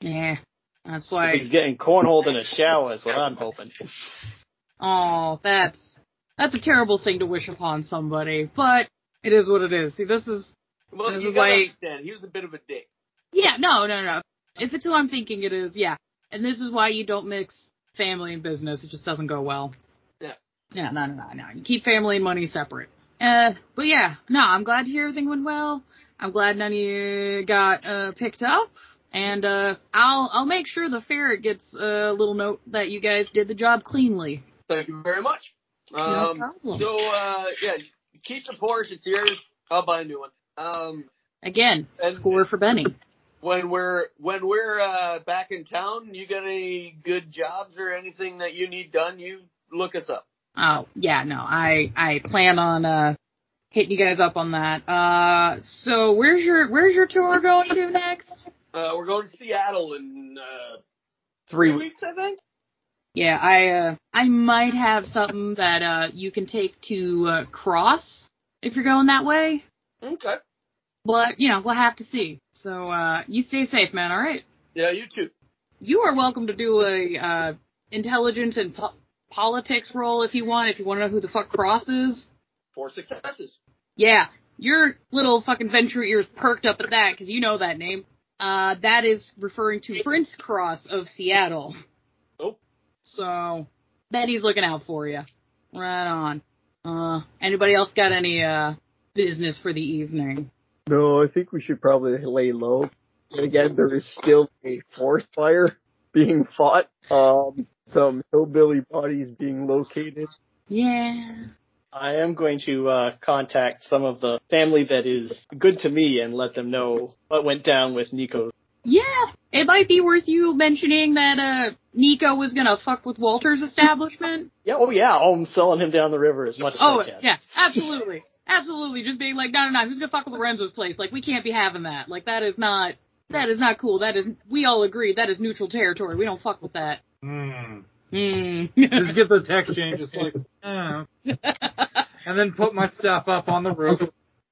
Speaker 4: Yeah, that's
Speaker 3: He's
Speaker 4: why.
Speaker 3: getting cornholed in a shower is what I'm hoping.
Speaker 4: Oh, that's that's a terrible thing to wish upon somebody, but it is what it is. See, this is
Speaker 7: well,
Speaker 4: This
Speaker 7: you
Speaker 4: is
Speaker 7: gotta
Speaker 4: why-
Speaker 7: understand, he was a bit of a dick.
Speaker 4: yeah, no, no, no. If it's who I'm thinking it is, yeah. And this is why you don't mix family and business. It just doesn't go well.
Speaker 7: Yeah.
Speaker 4: Yeah, no, no, no, no. You keep family and money separate. Uh, but yeah, no, I'm glad to hear everything went well. I'm glad none of you got uh, picked up, and uh, I'll I'll make sure the ferret gets a little note that you guys did the job cleanly.
Speaker 7: Thank you very much.
Speaker 4: No
Speaker 7: Um,
Speaker 4: problem.
Speaker 7: So uh, yeah, keep the Porsche. It's yours. I'll buy a new one. Um,
Speaker 4: Again,
Speaker 7: and-
Speaker 4: score for Benny.
Speaker 7: when we're when we're uh, back in town, you got any good jobs or anything that you need done? You look us up.
Speaker 4: Oh yeah, no, I I plan on uh hitting you guys up on that. Uh, so where's your where's your tour going to next?
Speaker 7: Uh, we're going to Seattle in uh,
Speaker 1: Three weeks.
Speaker 7: weeks, I think.
Speaker 4: Yeah, I uh I might have something that uh you can take to uh, Cross if you're going that way,
Speaker 7: Okay.
Speaker 4: but you know we'll have to see. So uh you stay safe, man. All right,
Speaker 7: Yeah, you too.
Speaker 4: you are welcome to do a uh intelligence and po- politics role if you want. If you want to know who the fuck Cross is.
Speaker 7: Four successes.
Speaker 4: Yeah, your little fucking venture ears perked up at that because you know that name. Uh, that is referring to Prince Cross of Seattle.
Speaker 7: Nope.
Speaker 4: So Betty's looking out for you. Right on. Uh, anybody else got any uh business for the evening?
Speaker 1: No, I think we should probably lay low. And again, there is still a forest fire being fought. Um, some hillbilly bodies being located.
Speaker 4: Yeah.
Speaker 3: I am going to uh, contact some of the family that is good to me and let them know what went down with Nico's.
Speaker 4: Yeah, it might be worth you mentioning that uh Nico was gonna fuck with Walter's establishment.
Speaker 3: Yeah, oh yeah, oh, I'm selling him down the river as much as
Speaker 4: Oh
Speaker 3: I can.
Speaker 4: yeah, absolutely. absolutely just being like, no, no, no, who's gonna fuck with Lorenzo's place? Like, we can't be having that. Like, that is not, that is not cool. That is, we all agree, that is neutral territory. We don't fuck with that.
Speaker 6: Hmm.
Speaker 4: Hmm. [LAUGHS]
Speaker 6: Just get the text change. It's like, oh. and then put my stuff up on the roof.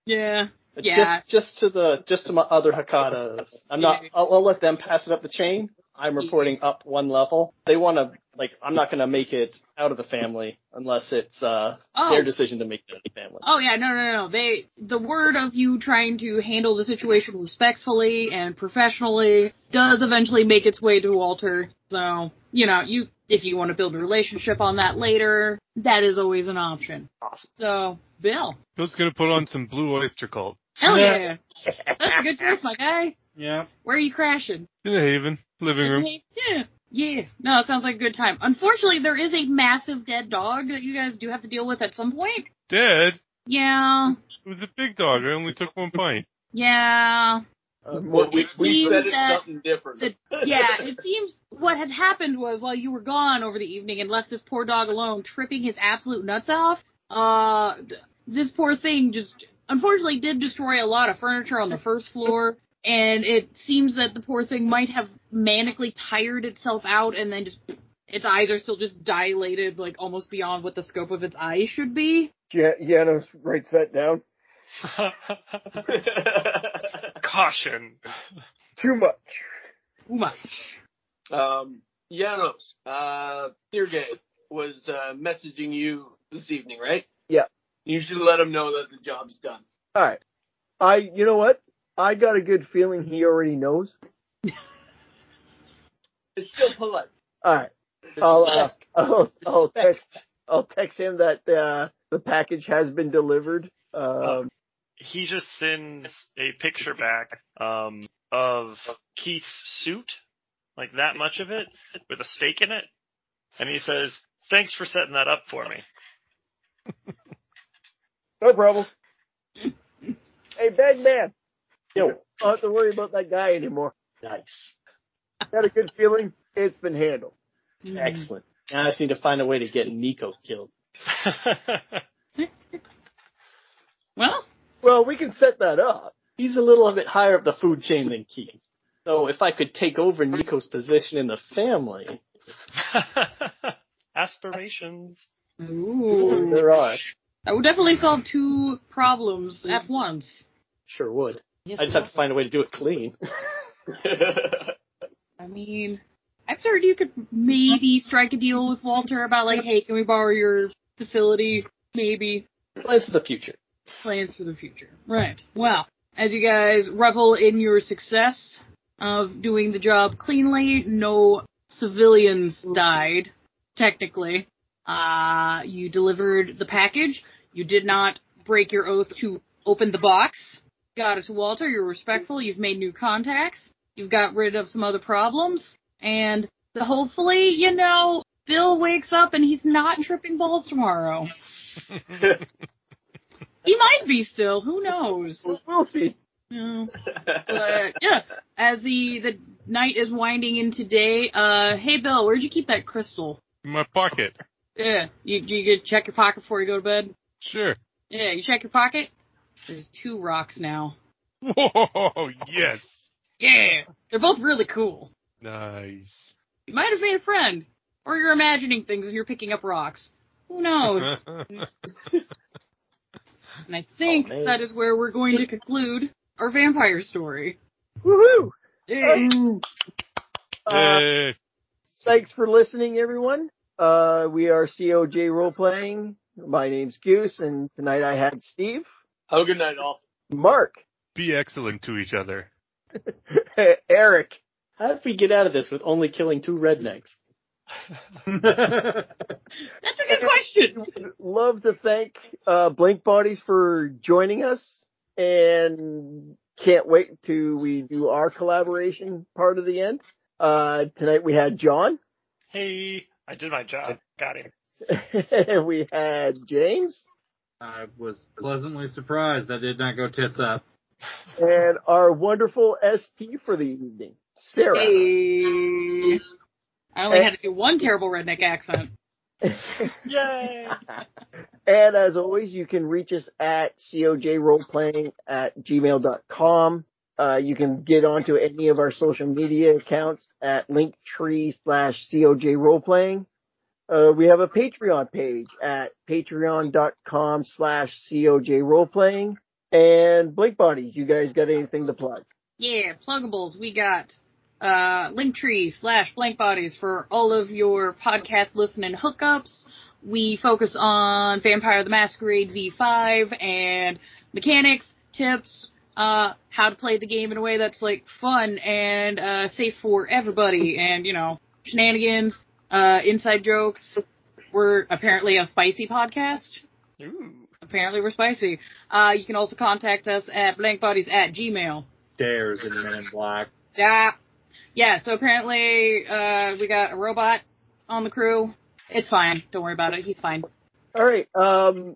Speaker 4: yeah.
Speaker 3: But
Speaker 4: Yeah.
Speaker 3: Just just to the just to my other Hakadas. I'm not. I'll, I'll let them pass it up the chain. I'm reporting up one level. They want to like. I'm not going to make it out of the family unless it's uh,
Speaker 4: Oh.
Speaker 3: their decision to make it out of the family.
Speaker 4: Oh yeah, no, no, no. They, the word of you trying to handle the situation respectfully and professionally does eventually make its way to Walter. So, you know, you, if you want to build a relationship on that later, that is always an option.
Speaker 3: Awesome.
Speaker 4: So, Bill.
Speaker 5: Bill's gonna put on some blue oyster cult.
Speaker 4: Hell
Speaker 6: Yeah.
Speaker 4: yeah. That's a good choice, my guy.
Speaker 6: Yeah.
Speaker 4: Where are you crashing?
Speaker 5: In the Haven living
Speaker 4: [LAUGHS]
Speaker 5: room.
Speaker 4: Yeah. Yeah. No, it sounds like a good time. Unfortunately, there is a massive dead dog that you guys do have to deal with at some point.
Speaker 5: Dead.
Speaker 4: Yeah.
Speaker 5: It was a big dog. I only took one pint.
Speaker 4: Yeah.
Speaker 7: Uh, well, we,
Speaker 4: It
Speaker 7: we
Speaker 4: seems
Speaker 7: said it's
Speaker 4: that
Speaker 7: something different. [LAUGHS]
Speaker 4: the- yeah, it seems what had happened was while you were gone over the evening and left this poor dog alone, tripping his absolute nuts off, uh, th- this poor thing just unfortunately did destroy a lot of furniture on the first floor. And it seems that the poor thing might have manically tired itself out and then just its eyes are still just dilated, like almost beyond what the scope of its eyes should be.
Speaker 1: Ja- Janos writes that down.
Speaker 2: Caution.
Speaker 1: Too much.
Speaker 4: Too much.
Speaker 7: um, Janos, uh, Sergey was uh, messaging you this evening, right?
Speaker 1: Yeah.
Speaker 7: You should let him know that the job's done.
Speaker 1: All right. I, you know what? I got a good feeling he already knows.
Speaker 7: It's still polite. [LAUGHS]
Speaker 1: All right.
Speaker 3: Oh.
Speaker 1: I'll, uh, [LAUGHS] I'll, I'll text, I'll text him that, uh, the package has been delivered. Um,
Speaker 2: He just sends a picture back um, of Keith's suit, like that much of it, with a steak in it, and he says, "Thanks for setting that up for me."
Speaker 1: no problem. hey, bad man.
Speaker 3: Yo.
Speaker 1: I don't have to worry about that guy anymore.
Speaker 3: Nice.
Speaker 1: Got a good feeling it's been handled.
Speaker 4: Hmm.
Speaker 3: Excellent. Now I just need to find a way to get Nico killed.
Speaker 4: Well,
Speaker 1: Well, we can set that up.
Speaker 3: He's a little bit higher up the food chain than Keith. So if I could take over Nico's position in the family,
Speaker 2: [LAUGHS] Aspirations.
Speaker 4: ooh,
Speaker 1: There are.
Speaker 4: that would definitely solve two problems at once.
Speaker 3: sure would. I just have to find a way to do it clean.
Speaker 4: I mean, I'm certain you could maybe strike a deal with Walter about like, hey, can we borrow your facility? Maybe
Speaker 3: Plans for the future.
Speaker 4: plans for the future. Right. Well, as you guys revel in your success of doing the job cleanly, no civilians died, technically. Uh, you delivered the package. You did not break your oath to open the box. Got it to Walter. You're respectful. You've made new contacts. You've got rid of some other problems. And hopefully, you know, Bill wakes up and he's not tripping balls tomorrow. He might be still. Who knows?
Speaker 1: We'll see.
Speaker 4: No. But yeah, as the the night is winding in today, uh, hey Bill, where'd you keep that crystal?
Speaker 5: In my pocket.
Speaker 4: Yeah, you you could check your pocket before you go to bed.
Speaker 5: Sure. [LAUGHS]
Speaker 4: Yeah, you check your pocket. There's two rocks now.
Speaker 5: Whoa, yes.
Speaker 4: Yeah, they're both really cool.
Speaker 5: Nice. [LAUGHS]
Speaker 4: You might have made a friend, or you're imagining things and you're picking up rocks. Who
Speaker 3: [LAUGHS]
Speaker 4: knows? And I think
Speaker 3: Oh, man.
Speaker 4: that is where we're going to conclude our vampire story.
Speaker 1: Woohoo!
Speaker 3: Oh,
Speaker 4: Yeah.
Speaker 1: Uh,
Speaker 5: Yay.
Speaker 1: Thanks for listening, everyone. Uh, we are COJ role playing. My name's Goose, and tonight I had Steve,
Speaker 7: Have a good night, all.
Speaker 1: Mark, [LAUGHS]
Speaker 5: Be excellent to each other.
Speaker 1: Eric,
Speaker 3: How did we get out of this with only killing two rednecks?
Speaker 4: That's a good question.
Speaker 1: love to thank uh, Blink Bodies for joining us, and can't wait to we do our collaboration part of the end. Uh, tonight we had John, [LAUGHS]
Speaker 2: Hey, I did my job. Got it.
Speaker 1: we had James,
Speaker 6: I was pleasantly surprised that did not go tits up.
Speaker 1: and our wonderful SP for the evening, Sarah.
Speaker 4: Hey.
Speaker 1: [LAUGHS]
Speaker 4: I only had to do one terrible redneck accent.
Speaker 2: Yay.
Speaker 1: And as always, you can reach us at cojroleplaying at gmail.com. Uh, you can get onto any of our social media accounts at linktree slash cojroleplaying. Uh, we have a Patreon page at patreon.com slash cojroleplaying. And Blake Bodies, you guys got anything to plug?
Speaker 4: Yeah, pluggables. We got uh, Linktree slash Blank Bodies for all of your podcast listening hookups. We focus on Vampire the Masquerade V5 and mechanics, tips, uh, how to play the game in a way that's like fun and uh, safe for everybody, and you know shenanigans, uh, inside jokes. We're apparently a spicy podcast
Speaker 2: Ooh.
Speaker 4: apparently we're spicy. Uh, you can also contact us at blankbodies at gmail.
Speaker 6: Dares in Men in Black.
Speaker 4: Yeah. Yeah, so apparently, uh, we got a robot on the crew. It's fine. Don't worry about it. He's fine.
Speaker 1: All right. Um,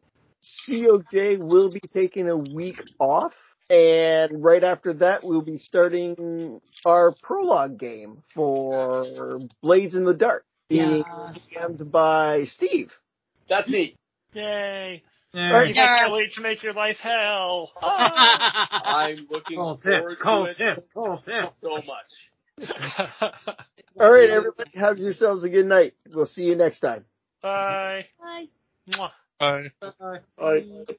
Speaker 1: COJ will be taking a week off, and right after that, we'll be starting our prologue game for Blades in the Dark, [LAUGHS] being
Speaker 4: Yes.
Speaker 1: DM'd by Steve.
Speaker 7: That's [LAUGHS] neat.
Speaker 2: Yay.
Speaker 1: Alright.
Speaker 2: You
Speaker 4: Yeah.
Speaker 2: can't wait to make your life hell. [LAUGHS]
Speaker 4: [LAUGHS]
Speaker 7: I'm looking
Speaker 6: Cold tip,
Speaker 7: forward
Speaker 6: cold
Speaker 7: to it
Speaker 6: tip, cold tip.
Speaker 7: so much.
Speaker 1: All right, everybody, have yourselves a good night. We'll see you next time.
Speaker 2: Bye.
Speaker 4: Bye.
Speaker 2: Mwah.
Speaker 5: Bye.
Speaker 1: Bye.